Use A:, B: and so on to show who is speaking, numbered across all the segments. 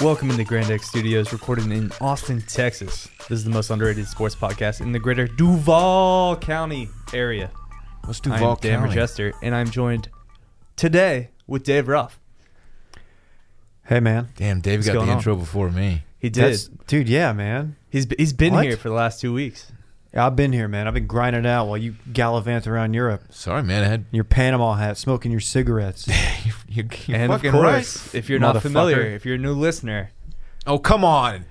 A: Welcome into Grand X Studios, recorded in Austin, Texas. This is the most underrated sports podcast in the greater Duval County area.
B: Let's do
A: I'm
B: Vol
A: Dan
B: County.
A: Jester, and I'm joined today with Dave Ruff.
C: Hey man,
B: Damn, Dave
A: What's
B: got
A: going
B: the
A: on?
B: intro before me.
A: He did.
C: That's- dude. Yeah, man.
A: He's he's been
C: What?
A: here for the last two weeks.
C: I've been here, man. I've been grinding out while you gallivant around Europe.
B: Sorry, man. I had
C: in Your Panama hat, smoking your cigarettes.
B: you're, you're, you're
A: and of
B: fucking
A: course,
B: right.
A: if you're not
C: motherfucker.
A: familiar, if you're a new listener,
B: Oh, come on.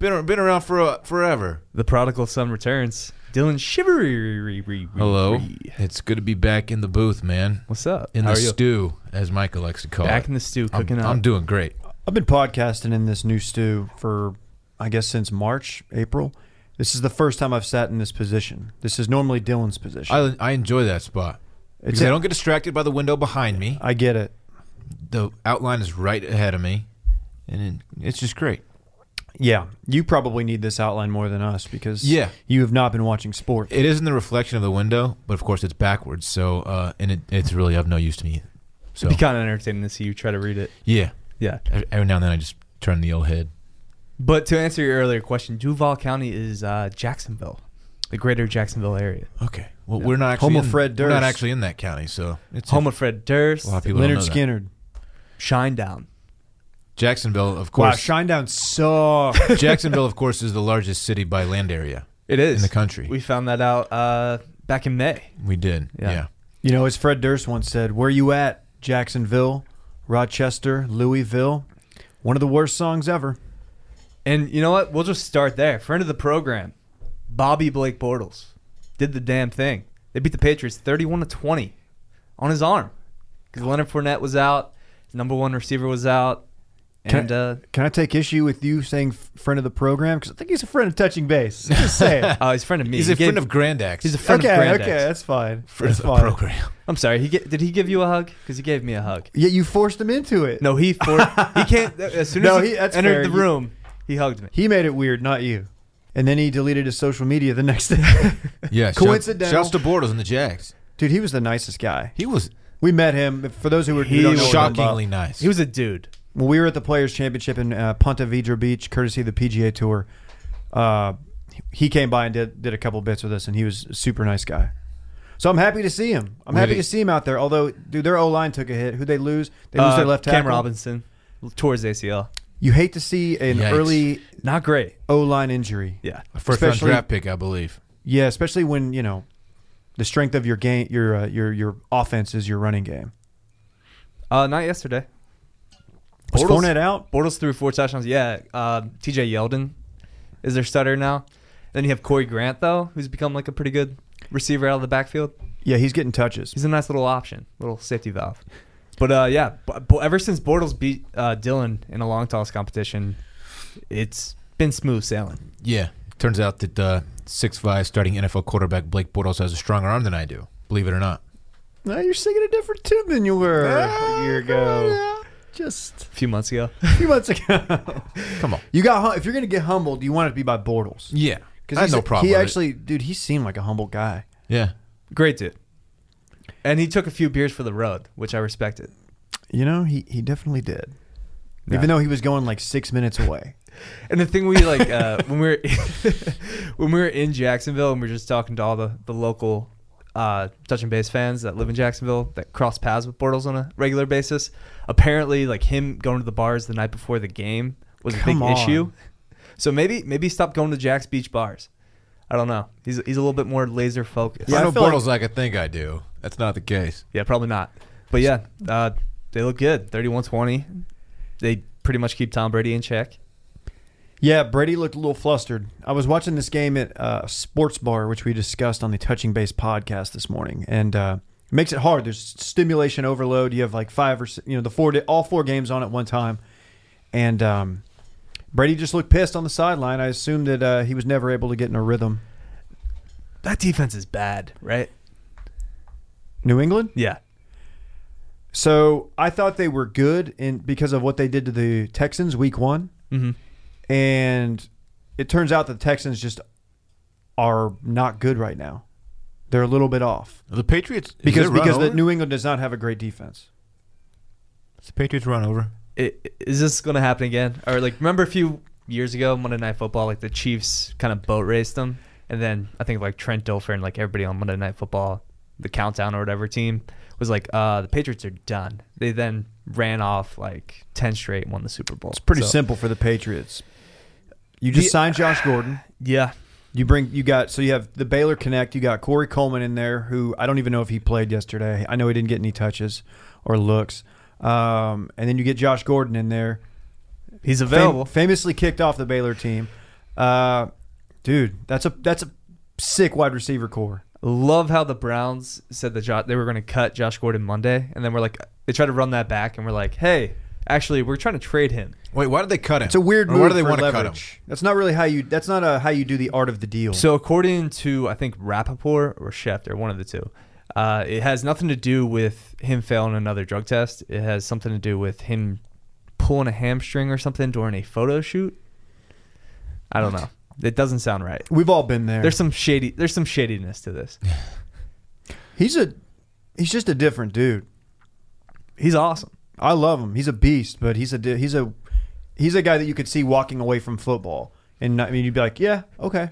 B: Been ar- been around for uh, forever.
A: the prodigal son returns. Dylan Shivery.
B: Hello. It's good to be back in the booth, man.
A: What's up?
B: In
A: How
B: the
A: are you?
B: stew, as Michael likes to call
A: Back
B: it.
A: in the stew,
B: I'm-
A: cooking
B: I'm,
A: up.
B: doing great.
C: I've been podcasting in this new stew for, I guess, since March, April. This is the first time I've sat in this position. This is normally Dylan's position.
B: I I enjoy that spot
C: it's
B: because I don't get distracted by the window behind me.
C: I get it.
B: The outline is right ahead of me, and it, it's just great.
C: Yeah, you probably need this outline more than us because
B: Yeah.
C: you have not been watching sport.
B: It isn't the reflection of the window, but of course it's backwards. So, uh, and it, it's really of no use to me. So,
A: It'd be kind of entertaining to see you try to read it.
B: yeah.
A: Yeah.
B: Every every now and then I just turn the old head.
A: But to answer your earlier question, Duval County is uh, Jacksonville, the greater Jacksonville area.
B: Okay. Well,
A: Yeah.
B: we're not actually
C: Home
B: in,
C: of Fred
B: We're not
C: Durst.
B: actually in that county, so it's
A: Home of Fred Durst,
B: a lot of people
C: Leonard
B: don't know that.
C: Skinner.
A: Shinedown.
B: Jacksonville, of
C: Wow,
B: course.
C: Shinedown sucks.
B: Jacksonville, of course, is the largest city by land area
A: It is.
B: in the country.
A: We
B: We,
A: found that out uh, back in May.
B: did.
A: Yeah.
B: Yeah.
C: You know, as Fred Durst once said, "Where you at? Jacksonville, Rochester, Louisville. One of the worst songs ever."
A: And you know what? We'll just start there. Friend of the program, Bobby Blake Bortles, did the damn thing. They beat the Patriots 31 to 20 on his arm because Leonard Fournette was out, his number one receiver was out,
C: Can-
A: and uh,
C: Can I take issue with you saying f- friend of the program? Because I think he's a friend of touching base. Just say it.
A: uh, he's a friend of me.
B: He's
A: He
B: a friend
A: gave-
B: of Grand X.
A: He's a friend
C: okay,
A: of Grand
C: okay,
A: X.
C: that's fine.
B: friend of
C: that's
B: the
C: fine.
B: program.
A: I'm sorry. He ge- did he give you a hug? Because he gave me a hug.
C: Yeah, you forced him into it.
A: No, he for he can't. As soon as
C: No,
A: he,
C: he- that's
A: entered
C: fair.
A: the
C: You-
A: room, he hugged me.
C: he made it weird, not you. And then he deleted his social media the next day.
B: Yeah.
C: Coincidental.
B: Shouts, shouts to Bortles and the Jags.
C: Dude, he was the nicest guy.
B: He was
C: We met him. For those who were who
A: He
C: don't know
A: was-
C: anything about-
B: shockingly nice.
A: He was a dude.
C: when we were at the Players Championship in uh, Ponte Vedra Beach, courtesy of the PGA Tour, uh, he came by and did, did a couple bits with us, and he was a super nice guy. So I'm happy to see him. I'm happy
B: Really?
C: to see him out there. Although, dude, their O line took a hit. Who they lose? They lose
A: Uh,
C: their left tackle.
A: Cam Robinson towards ACL.
C: You hate to see an
B: Yikes.
C: early
A: Not great.
C: O line injury.
A: Yeah.
B: a first round
C: especially-
B: draft pick, I believe.
C: Yeah, especially when you know the strength of your game, your uh, your your offense is your running game.
A: Uh, not yesterday.
C: Was
A: Bortles-
C: Fournette out?
A: Bortles threw four touchdowns. Yeah. Uh, T.J. Yeldon is their starter now. Then you have Corey Grant though, who's become like a pretty good receiver out of the backfield.
C: Yeah, he's getting touches.
A: He's a nice little option, little safety valve. But uh, yeah, b- b- ever since Bortles beat uh, Dylan in a long toss competition, it's been smooth sailing.
B: Yeah. Turns out that uh, six five starting NFL quarterback Blake Bortles has a stronger arm than I do. Believe it or not.
C: Now you're singing a different tune than you were a year ago. Just
A: A few months ago.
C: a few months ago.
B: Come on.
C: You got hum- if you're gonna get humbled, you want it to be by Bortles.
B: Yeah. I had
C: he's-
B: no problem.
C: He
B: with it.
C: actually, dude, he seemed like a humble guy.
B: Yeah.
A: Great dude. And he took a few beers for the road, which I respected.
C: You know, he he definitely did.
A: Yeah.
C: Even though he was going like six minutes away.
A: And the thing we like uh, when we were when we were in Jacksonville and we were just talking to all the the local uh, touch and base fans that live in Jacksonville that cross paths with Bortles on a regular basis. Apparently, like him going to the bars the night before the game was a
C: Come
A: big
C: on.
A: issue. So maybe maybe stop going to Jack's Beach bars. I don't know. He's he's a little bit more laser focused.
C: Yeah,
B: I
C: I
B: know
C: feel like-
B: Bortles like, I think I do. That's not the case.
A: Yeah, probably not. But yeah, uh, they look good. 31-20. They pretty much keep Tom Brady in check.
C: Yeah, Brady looked a little flustered. I was watching this game at uh, sports bar, which we discussed on the Touching Base podcast this morning, and uh, it makes it hard. There's stimulation overload. You have like five or s- you know the four all four games on at one time, and um, Brady just looked pissed on the sideline. I assume that uh, he was never able to get in a rhythm.
A: That defense is bad, right?
C: New England.
A: Yeah.
C: So I thought they were good in because of what they did to the Texans week one,
A: Mm-hmm.
C: and it turns out the Texans just are not good right now. They're a little bit off
B: The Patriots is
C: because
B: it run
C: because the
B: over?
C: New England does not have a great defense.
B: Is the Patriots run over.
A: i- is this going to happen again? Or like, remember a few years ago, Monday Night Football, like the Chiefs kind of boat raced them, and then I think like Trent Dilfer and like everybody on Monday Night Football, the Countdown or whatever team was like, uh, the Patriots are done. They then ran off like ten straight, and won the Super Bowl.
C: It's pretty
A: So,
C: simple for the Patriots. You just
A: The-
C: signed Josh Gordon.
A: Yeah,
C: You bring you got so you have the Baylor Connect. You got Corey Coleman in there, who I don't even know if he played yesterday. I know he didn't get any touches or looks. Um, and then you get Josh Gordon in there,
A: he's
C: Fam-
A: available.
C: famously kicked off the Baylor team. Uh, dude, that's a that's a sick wide receiver core.
A: Love how the Browns said that jo- they were going to cut Josh Gordon Monday, and then we're like, they tried to run that back, and we're like, hey, actually, we're trying to trade him.
B: Wait, why did they cut him?
C: It's a weird
B: Or
C: move
B: Why do they
C: for
B: want to
C: leverage.
B: cut him?
C: That's not really how you. That's not a, how you do the art of the deal.
A: So according to I think Rappaport or Schefter, one of the two, uh, it has nothing to do with him failing another drug test. It has something to do with him pulling a hamstring or something during a photo shoot. I don't know. It doesn't sound right.
C: we've all been there.
A: There's some shady. There's some shadiness to this.
C: he's a he's just a different dude.
A: He's awesome.
C: I love him. He's a beast, but he's a di- he's a he's a guy that you could see walking away from football, and not- I mean you'd be like, yeah, okay.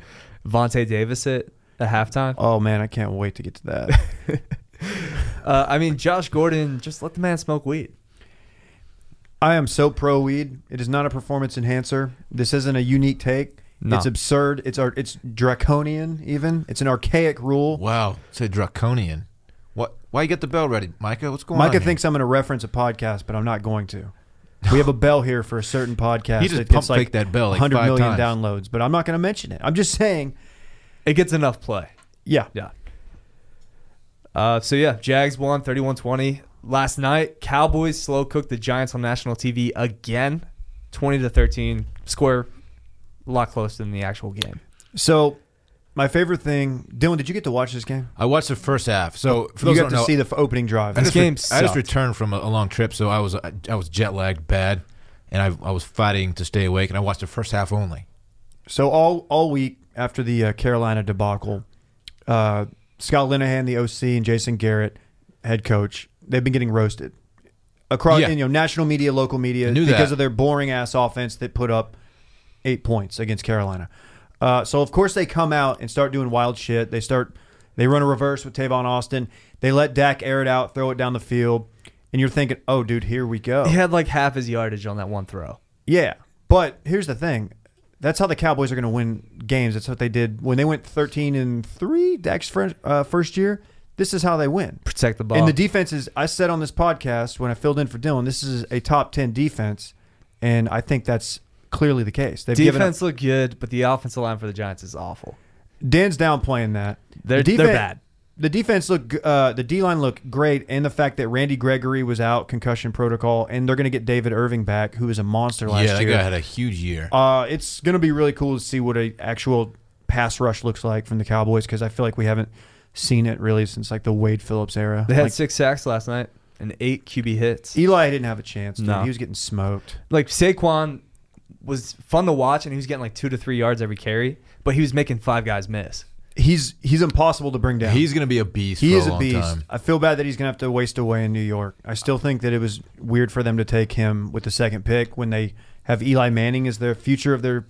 A: Vontae Davis at the halftime.
C: Oh man, I can't wait to get to that.
A: Uh, I mean, Josh Gordon. Just let the man smoke weed.
C: I am so pro weed. It is not a performance enhancer. This isn't a unique take.
A: No.
C: It's absurd. It's ar- it's draconian. Even it's an archaic rule.
B: Wow, it's a draconian. What? Why you got the bell ready, Micah? What's going on?
C: Micah
B: here?
C: thinks I'm going to reference a podcast, but I'm not going to. We have a bell here for a certain podcast.
B: He just
C: that gets
B: pump faked that bell like
C: 100
B: five
C: million
B: times.
C: downloads, but I'm not going to mention it. I'm just saying,
A: It gets enough play.
C: yeah,
A: Yeah. Uh, so yeah, Jags won 31-20 last night. Cowboys slow cooked the Giants on national TV again, 20 to 13. Score a lot closer than the actual game.
C: So, my favorite thing, Dylan, did you get to watch this game?
B: I watched the first half. So for those
C: you
B: who
C: got
B: don't
C: to
B: know,
C: see the f- opening drive.
B: I
A: This
B: just re-
A: game
B: I
A: sucked.
B: just returned from a, a long trip, so I was I, I was jet lagged bad, and I I was fighting to stay awake, and I watched the first half only.
C: So all all week after the uh, Carolina debacle, uh, Scott Linehan, the OC, and Jason Garrett, head coach, they've been getting roasted across
B: Yeah.
C: you know national media, local media
B: I knew
C: because
B: that.
C: of their boring ass offense that put up eight points against Carolina. Uh, so of course they come out and start doing wild shit. They start they run a reverse with Tavon Austin. They let Dak air it out, throw it down the field, and you're thinking, oh dude, here we go.
A: He had like half his yardage on that one throw.
C: Yeah, but here's the thing. That's how the Cowboys are going to win games. That's what they did when they went 13 and three. Dak's first, uh, first year. This is how they win.
A: Protect the ball.
C: And the defense is. I said on this podcast when I filled in for Dylan, this is a top 10 defense, and I think that's clearly the case. They've given up,
A: defense looked good, but the offensive line for the Giants is awful.
C: Dan's downplaying that.
A: They're-
C: The
A: they're bad.
C: The defense look, uh, the D line looked great, and the fact that Randy Gregory was out concussion protocol, and they're going to get David Irving back, who was a monster last
B: yeah, that
C: year.
B: guy had a huge year.
C: Uh, it's going to be really cool to see what a actual pass rush looks like from the Cowboys because I feel like we haven't seen it really since like the Wade Phillips era.
A: They had
C: Like,
A: six sacks last night and eight QB hits.
C: Eli didn't have a chance. Dude.
A: No.
C: He was getting smoked.
A: like Saquon was fun to watch, and he was getting like two to three yards every carry, but he was making five guys miss.
C: He's he's impossible to bring down.
B: He's gonna be a beast.
C: he
B: for
C: is
B: a,
C: a
B: long
C: beast.
B: Time.
C: I feel bad that he's gonna have to waste away in New York. I still think that it was weird for them to take him with the second pick when they have Eli Manning as their future of their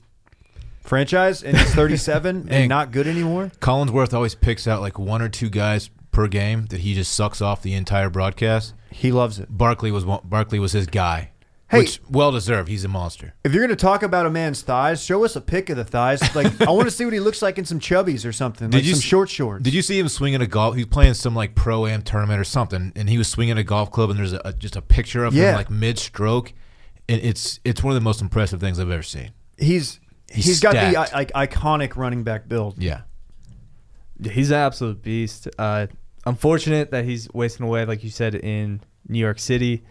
C: franchise and he's 37 and
B: And-
C: not good anymore.
B: Collinsworth always picks out like one or two guys per game that he just sucks off the entire broadcast.
C: He loves it.
B: Barkley was one, Barkley was his guy.
C: Hey.
B: which well deserved. He's a monster.
C: If you're going to talk about a man's thighs, show us a pic of the thighs. Like, I want to see what he looks like in some chubbies or something. like
B: you
C: some
B: s-
C: short shorts.
B: Did you see him swinging a golf? He's playing some like pro am tournament or something, and he was swinging a golf club, and there's a, just a picture of
C: Yeah.
B: him like mid stroke. And it's it's one of the most impressive things I've ever seen.
C: he's
B: He's
C: he's got the
B: stacked.
C: I, like iconic running back build.
B: Yeah,
A: He's an absolute beast. Uh, unfortunate that he's wasting away, like you said, in New York City.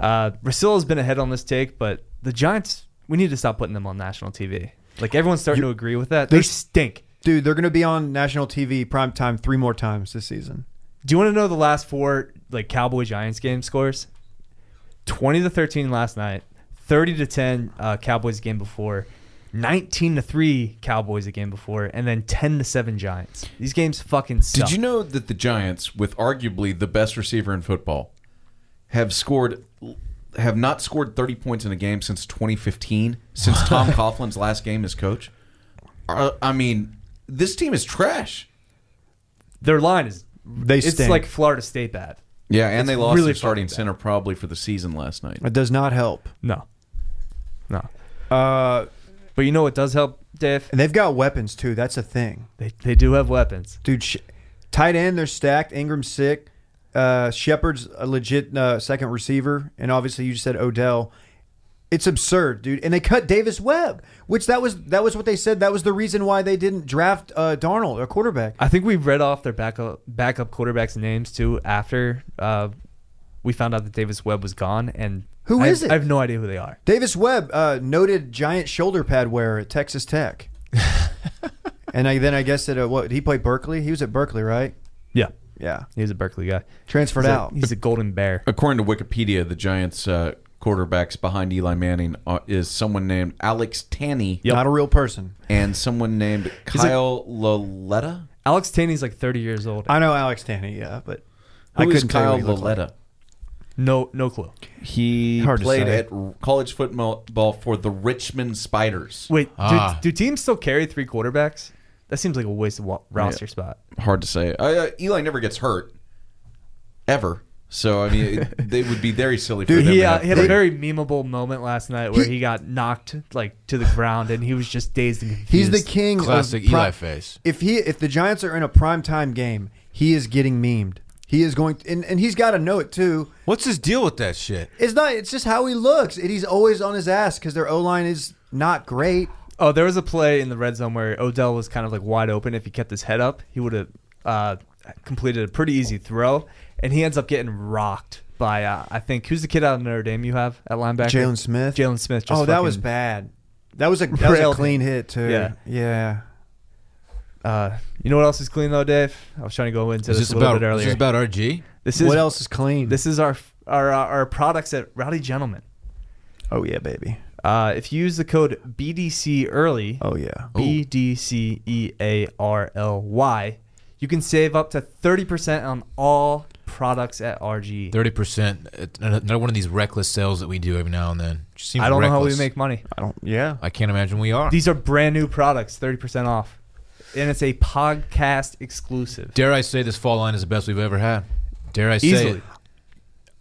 A: Uh, Rasil has been ahead on this take, but the Giants, we need to stop putting them on national TV. Like everyone's starting
C: You-
A: to agree with that. They
C: there's-
A: stink.
C: Dude, they're going to be on national TV primetime three more times this season.
A: Do you want to know the last four like Cowboy Giants game scores? Twenty to thirteen last night, thirty to ten uh, Cowboys game before, nineteen to three Cowboys the game before, and then ten to seven Giants. These games fucking suck.
D: Did you know that the Giants, with arguably the best receiver in football, have scored l- have not scored 30 points in a game since 2015, since Tom Coughlin's last game as coach. Uh, I mean, this team is trash.
A: Their line is
C: They
A: it's
C: stink.
A: like Florida State bad.
D: Yeah, and
A: It's
D: they lost
A: really
D: their starting
A: fucking bad.
D: center probably for the season last night.
C: it does not help.
A: No, no.
C: Uh,
A: But you know what does help, Dave?
C: and they've got weapons too. That's a thing,
A: They they do have weapons.
C: dude. Sh- tight end, they're stacked. Ingram's sick. Uh, Shepard's a legit uh, second receiver, and obviously you said Odell. It's absurd, dude. And they cut Davis Webb, which that was that was what they said. That was the reason why they didn't draft uh, Darnold, a quarterback.
A: I think we read off their backup backup quarterbacks' names too after uh, we found out that Davis Webb was gone. And
C: Who
A: I,
C: is it?
A: I have no idea who they are.
C: Davis Webb, uh, noted giant shoulder pad wearer at Texas Tech. and I, then I guess at uh what he played Berkeley. He was at Berkeley, right?
A: Yeah,
C: Yeah,
A: he was a Berkeley guy.
C: transferred
A: He's a-
C: out.
A: he's a golden bear.
D: According to Wikipedia, the Giants uh, quarterbacks behind Eli Manning uh, is someone named Alex Tanney
A: Yep.
C: Not a real person.
D: and someone named
A: like-
D: Kyle Laletta.
A: Alex Taney's like 30 years old.
C: I know Alex Tanney, yeah, but
D: Who
C: I
D: is
C: couldn't tell you
D: Kyle
C: what he looked like.
D: Laletta?
A: no, no clue.
D: He
C: Hard to
D: played
C: say.
D: at r- college football for the Richmond Spiders.
A: Wait,
B: Ah.
A: do, do teams still carry three quarterbacks? That seems like a waste of wa- roster spot.
D: Hard to say. I, uh, Eli never gets hurt, ever. So I mean, it, they would be very silly for
A: Dude,
D: them.
A: he,
D: to
A: uh,
D: have
A: he had a
D: three.
A: very memeable moment last night where he, got knocked like to the ground and he was just dazed and
C: He's
A: confused.
C: the king.
B: Classic
C: of
B: Eli face.
C: If he, if the Giants are in a primetime game, he is getting memed. He is going, and, and he's got to know it too.
B: What's his deal with that shit?
C: It's not. It's just how he looks, and he's always on his ass because their O line is not great.
A: Oh, there was a play in the red zone where Odell was kind of like wide open. If he kept his head up, he would have uh, completed a pretty easy throw, and he ends up getting rocked by uh, I think who's the kid out of Notre Dame you have at linebacker?
C: Jalen Smith.
A: Jalen Smith. Just
C: oh, that was
A: fucking,
C: bad. That was a that was a
A: Railed
C: clean hit too.
A: Yeah.
C: yeah.
A: Uh, you know what else is clean though, Dave? I was trying to go into
B: Is
A: this,
B: this
A: a little
B: about
A: bit
B: is
A: earlier.
B: this about RG?
A: this is
C: what else is clean?
A: This is our our uh, our our products at Rowdy Gentleman.
C: oh yeah, baby.
A: Uh, if you use the code BDC early,
C: Oh yeah.
A: B D C E A R L Y. You can save up to 30% on all products at RG.
B: Thirty percent. uh, Another one of these reckless sales that we do every now and then. Just seems
A: I don't know how we
B: reckless.
A: make money.
C: I don't. Yeah.
B: I can't imagine we are.
A: These are brand new products, 30% off. And it's a podcast exclusive.
B: Dare I say this fall line is the best we've ever had? Dare I say
A: Easily.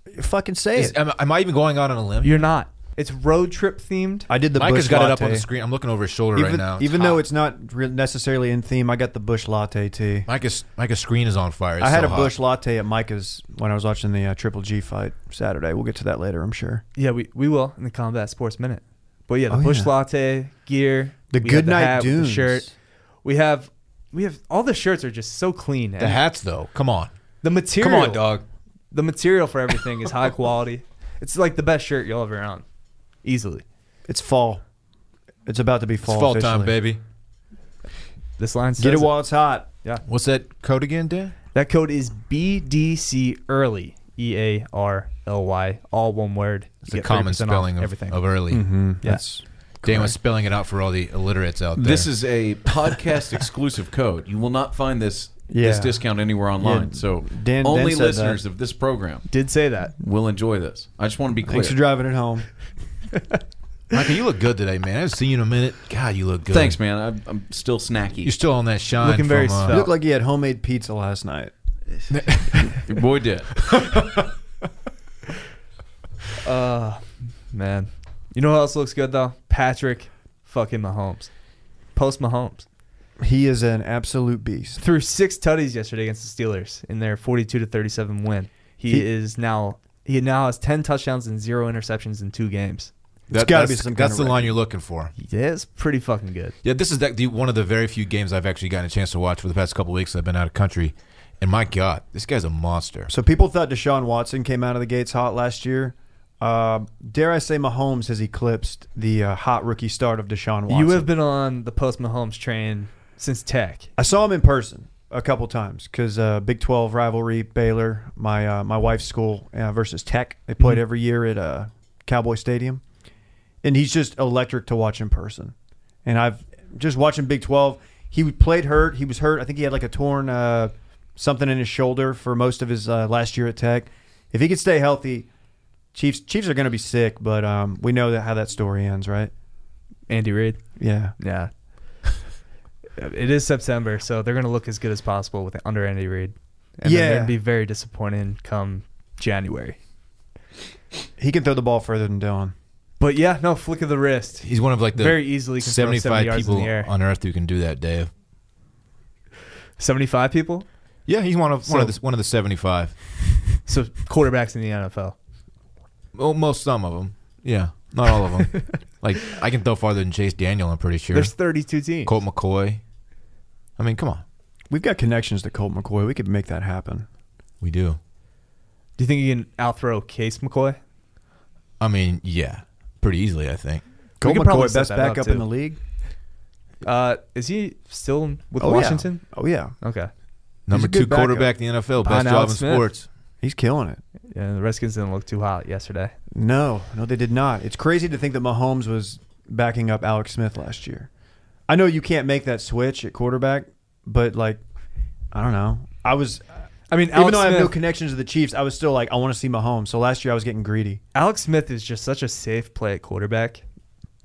B: it?
C: Fucking say
B: Is-
C: it.
B: am, am I even going out on a limb?
A: You're not. It's road trip themed.
C: I did the.
B: Micah's
C: Bush
B: got it up on
C: latte.
B: the screen. I'm looking over his shoulder
C: Even,
B: right now. It's
C: even though
B: hot.
C: it's not re- necessarily in theme, I got the Bush latte tea.
B: Micah's Micah's screen is on fire. It's
C: I had
B: so
C: a
B: hot.
C: Bush latte at Micah's when I was watching the uh, Triple G fight Saturday. We'll get to that later, I'm sure.
A: Yeah, we, we will in the Combat Sports Minute. But yeah, the
C: Oh,
A: push
C: yeah.
A: latte gear,
C: The
A: we have
C: Goodnight
A: hat with
C: Dunes.
A: the shirt. We have we have all the shirts are just so clean.
B: The hats though. Come on.
A: the material
B: Come on, dog.
A: the material for everything is high quality. It's like the best shirt you'll ever own, easily.
C: It's fall. It's about to be
B: It's
C: fall.
B: fall, time,
C: officially.
B: baby.
A: This line says
C: Get it while it's hot.
B: What's that code again, Dan?
A: that code is BDC early. E A R L Y, all one word.
B: It's
A: You
B: a
A: get
B: common
A: 30% off
B: spelling of,
A: everything.
B: of early.
C: Mm-hmm.
A: Yes.
B: Dan was spelling it out for all the illiterates out there.
D: This is a podcast exclusive code. You will not find this this
C: Yeah.
D: discount anywhere online. so
C: Dan- Dan
D: only
C: said that.
D: listeners of this program
A: Did say that.
D: will enjoy this. I just want to be clear.
C: Thanks for driving it home.
B: Micah, you look good today, man. I haven't seen you in a minute. God, you look good.
D: Thanks, man. I'm, I'm still snacky.
B: You're still on that shine.
A: Looking very
B: from, uh,
A: svelte.
C: Looked like you had homemade pizza last night.
D: Your boy did.
A: Uh, man. You know who else looks good, though? Patrick fucking Mahomes. Post Mahomes.
C: He is an absolute beast.
A: Threw six tutties yesterday against the Steelers in their 42 to 37 win. He,
C: He-
A: is now. He now has 10 touchdowns and zero interceptions in two games.
C: It's gotta
B: that's-
C: be some kind
B: That's
C: of
B: the
C: record.
B: line you're looking for.
A: Yeah, it's pretty fucking good.
B: Yeah, this is that, the, one of the very few games I've actually gotten a chance to watch for the past couple weeks. I've been out of country, and my God, this guy's a monster.
C: So people thought Deshaun Watson came out of the gates hot last year. Uh, dare I say Mahomes has eclipsed the uh, hot rookie start of Deshaun Watson.
A: You have been on the post Mahomes train since Tech.
C: I saw him in person a couple times because uh, Big Twelve rivalry, Baylor, my uh, my wife's school uh, versus Tech. They played
A: Mhm.
C: every year at uh, Cowboy Stadium, and he's just electric to watch in person. And I've just watching Big Twelve. He played hurt. He was hurt. I think he had like a torn uh, something in his shoulder for most of his uh, last year at Tech. If he could stay healthy, Chiefs Chiefs are going to be sick, but um, we know that how that story ends, right?
A: Andy Reid.
C: Yeah.
A: Yeah. it is September, so they're going to look as good as possible with under Andy Reid. And then
C: Yeah.
A: they're going to be very disappointed come January.
C: He can throw the ball further than Dylan.
A: But yeah, no flick of the wrist.
B: He's one of like the
A: very easily can 75
B: seventy-five
A: yards
B: people
A: in the air.
B: on earth who can do that, Dave.
A: 75 people?
B: Yeah, he's one of one of
A: So-
B: the one of the seventy-five.
A: So quarterbacks in the NFL.
B: Well, most some of them. Yeah, not all of them. like I can throw farther than Chase Daniel. I'm pretty sure.
A: There's 32 teams.
B: Colt McCoy. I mean, come on,
C: We've got connections to Colt McCoy. We could make that happen.
B: we do.
A: Do you think you can outthrow Case McCoy?
B: I mean, yeah, pretty easily. I think.
C: Colt
A: could probably
C: McCoy,
A: set
C: best
A: that up,
C: backup
A: too.
C: in the league.
A: Uh, is he still with
C: Oh, yeah.
A: Washington?
C: Oh yeah,
A: Okay.
B: Number
C: a good
B: two
C: backup.
B: quarterback in the NFL, best
A: Behind
B: job
A: Alex
B: in
A: Smith.
B: sports.
C: he's killing it.
A: Yeah, the Redskins didn't look too hot yesterday.
C: No, no, they did not. It's crazy to think that Mahomes was backing up Alex Smith last year. I know you can't make that switch at quarterback, but like, I don't know. I was
A: I mean,
C: even
A: Alex
C: though I
A: Smith,
C: have no connections to the Chiefs, I was still like, I want to see Mahomes. So last year I was getting greedy.
A: Alex Smith is just such a safe play at quarterback.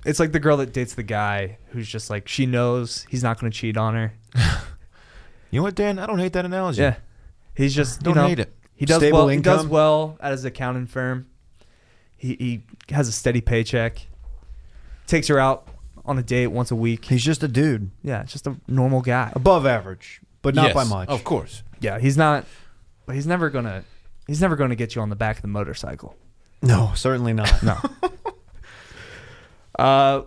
A: It's like the girl that dates the guy who's just like she knows he's not going to cheat on her.
B: You know what, Dan? I don't hate that analogy.
A: Yeah, he's just
B: Don't
A: you know,
B: hate it.
A: He does
C: Stable
A: well. He does
C: income.
A: well at his accounting firm. He he has a steady paycheck. Takes her out on a date once a week.
C: He's just a dude,
A: Yeah, just a normal guy.
C: above average, but not
B: Yes,
C: by much.
B: Of course.
A: Yeah, he's not. But he's never gonna. He's never gonna get you on the back of the motorcycle.
C: No, certainly not. no.
A: Uh,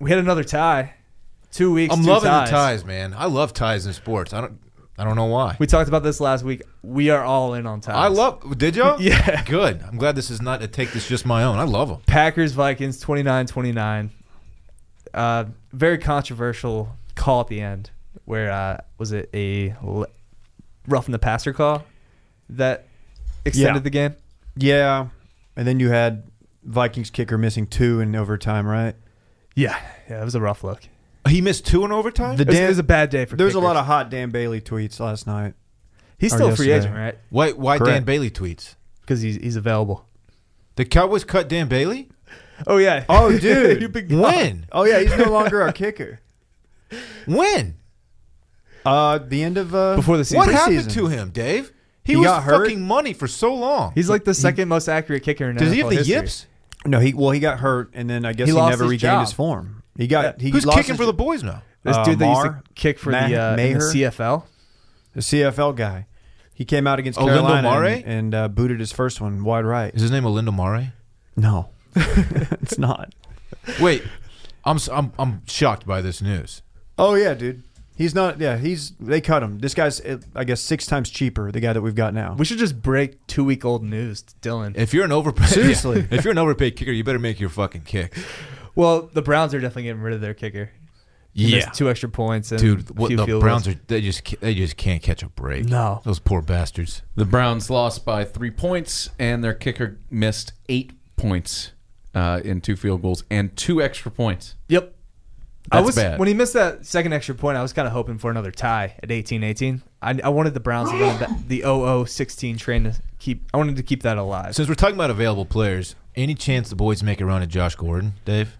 A: we had another tie. Two weeks.
B: I'm
A: two
B: loving
A: ties.
B: the ties, man. I love ties in sports. I don't. I don't know why.
A: We talked about this last week. We are all in on ties.
B: I love. Did you?
A: Yeah.
B: Good. I'm glad this is not a take. This just my own. I love them.
A: Packers Vikings 29-29. Uh, very controversial call at the end. Where uh, was it a l- roughing the passer call that extended
C: Yeah.
A: the game?
C: Yeah, and then you had Vikings kicker missing two in overtime, right?
A: Yeah, yeah, it was a rough look.
B: He missed two in overtime.
C: The
A: It was,
C: Dan-
A: it was a bad day for.
C: There was a lot
A: kickers.
C: of hot Dan Bailey tweets last night.
A: He's
C: or
A: still a free
C: yesterday.
A: agent, right?
B: why? Why Dan
C: Correct.
B: Bailey tweets?
A: Because he's he's available.
B: The Cowboys cut Dan Bailey.
A: Oh yeah.
C: Oh, dude.
A: You big-
B: When?
C: Oh yeah, he's no longer our kicker.
B: When?
C: Uh, the end of uh,
A: Before the season.
B: What
C: preseason.
B: happened to him, Dave? He,
C: He
B: was
C: got hurt?
B: fucking money for so long.
A: He's like the second most accurate kicker in
B: Does he
A: NFL
B: have the
A: history.
B: yips?
C: No, he well he got hurt, and then I guess
A: He
C: he,
A: lost
C: never
A: his
C: regained
A: job.
C: his form. He got he
B: Who's
C: lost
B: kicking
C: his-
B: for the boys now?
A: This
C: Uh,
A: dude that used
C: Marr,
A: to kick for
C: Ma-
A: the, uh, in the
C: Maher.
A: CFL.
C: the CFL guy. He came out against
B: Olindo
C: Carolina
B: Mare?
C: and, and, uh, booted his first one wide right.
B: Is his name Olindo Mare?
C: No, it's not.
B: Wait, I'm, s- I'm I'm shocked by this news.
C: Oh yeah, dude. He's not. Yeah, he's. They cut him. This guy's, uh, I guess, six times cheaper. The guy that we've got now.
A: We should just break two week old news, to Dylan.
B: If you're an overpaid,
C: Seriously.
B: if you're an overpaid kicker, you better make your fucking kick.
A: well, the Browns are definitely getting rid of their kicker. He missed two extra points and
B: dude,
A: a
B: what
A: few
B: the
A: field
B: Browns
A: goals.
B: are? They just ca- they just can't catch a break.
A: No.
B: those poor bastards.
D: The Browns lost by three points, and their kicker missed eight points uh, in two field goals and two extra points.
A: Yep. I
D: That's
A: was
D: bad.
A: when he missed that second extra point. I was kind of hoping for another tie at 18-18. I, I wanted the Browns to go on the 00-16 train to keep. I wanted to keep that alive.
B: Since we're talking about available players, any chance the boys make a run at Josh Gordon, Dave?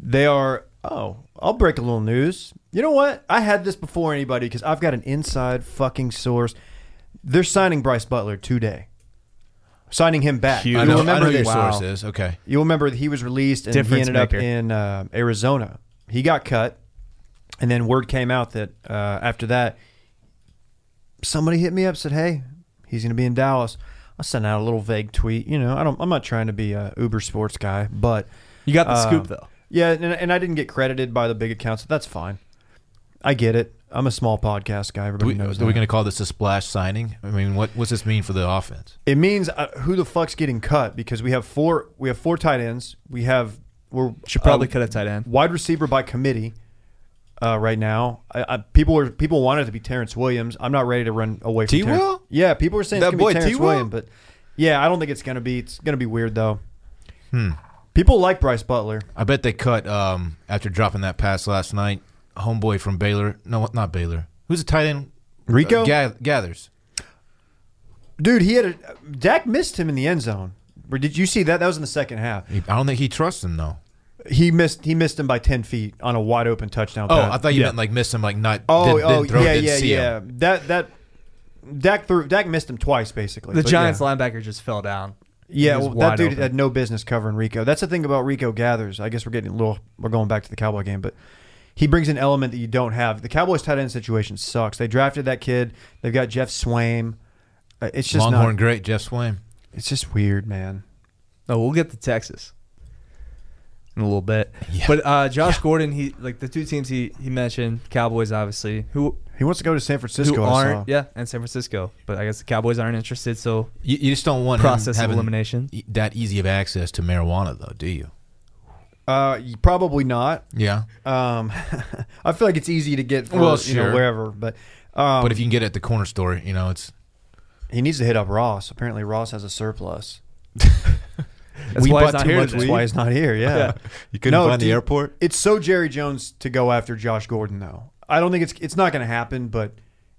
C: They are. Oh, I'll break a little news. You know what? I had this before anybody because I've got an inside fucking source. They're signing Bryce Butler today. Signing him back.
A: Huge.
C: You
B: I know, I
C: remember
B: know your
C: this?
A: Wow.
B: source is okay.
C: You remember that he was released and
A: Difference
C: he ended
A: maker.
C: up in uh, Arizona. He got cut, and then word came out that uh, after that, somebody hit me up said, "Hey, he's going to be in Dallas." I sent out a little vague tweet. You know, I don't. I'm not trying to be a Uber sports guy, but
A: you got the
C: uh,
A: scoop though.
C: yeah, and, and I didn't get credited by the big accounts. That's fine. I get it. I'm a small podcast guy.
B: Do
C: Everybody
B: we, are we
C: knows.
B: going
C: that.
B: to call this a splash signing? I mean, what what's this mean for the offense?
C: It means uh, who the fuck's getting cut because we have four. We have four tight ends. We have we're
A: Should probably
C: uh,
A: cut a tight end.
C: wide receiver by committee. Uh, right now, I, I, people are people want it to be Terrence Williams. I'm not ready to run away from
B: T-Will?
C: Terrence- Yeah, people are saying
B: That
C: it's gonna
B: boy
C: be Terrence
B: T-Will?
C: Williams, but yeah, I don't think it's gonna be. It's gonna be weird though.
B: Hmm.
C: People like Bryce Butler.
B: I bet they cut um, after dropping that pass last night. Homeboy from Baylor, no, not Baylor. Who's a tight end? Uh,
C: Rico?
B: Ga- gathers.
C: Dude, he had a Dak missed him in the end zone. Did you see that? That was in the second half.
B: He- I don't think he trusts him though.
C: He missed. He missed him by ten feet on a wide open touchdown.
B: Oh,
C: pass.
B: I thought you
C: Yeah.
B: meant like miss him, like not.
C: Oh,
B: did,
C: oh,
B: did throw,
C: yeah,
B: didn't
C: yeah,
B: see
C: yeah.
B: Him.
C: That that Dak threw. Dak missed him twice, basically.
A: The
C: But
A: Giants
C: yeah.
A: linebacker just fell down.
C: Yeah,
A: He was
C: well, that
A: wide
C: dude
A: open.
C: had no business covering Rico. That's the thing about Rico gathers. I guess we're getting a little. We're going back to the Cowboy game, but he brings an element that you don't have. The Cowboys tight end situation sucks. They drafted that kid. They've got Jeff Swaim. Uh, It's just
B: Longhorn
C: not.
B: great Jeff Swaim.
C: It's just weird, man.
A: No, we'll get to Texas in a little bit.
B: Yeah.
A: But uh, Josh Gordon, he like the two teams he, he mentioned, Cowboys obviously, who
C: He wants to go to San Francisco.
A: who
C: I
A: aren't
C: saw.
A: yeah, and San Francisco. But I guess the Cowboys aren't interested, so
B: You, you just don't want
C: Mm-hmm.
B: him
A: process of
B: having
A: elimination.
B: e- that easy of access to marijuana though, do you?
C: Uh, probably not.
B: Yeah,
C: Um, I feel like it's easy to get for
B: Well,
C: you know
B: sure.
C: wherever, but um,
B: but if you can get it at the corner store, you know it's.
C: he needs to hit up Ross. Apparently, Ross has a surplus.
A: That's
B: We
A: why he's
B: bought
A: not
B: too
A: here
B: much
A: today.
C: That's why he's not here. Yeah.
A: Yeah.
B: You
C: couldn't No, find the dude.
B: airport.
C: It's so Jerry Jones to go after Josh Gordon, though. I don't think it's it's not going to happen, but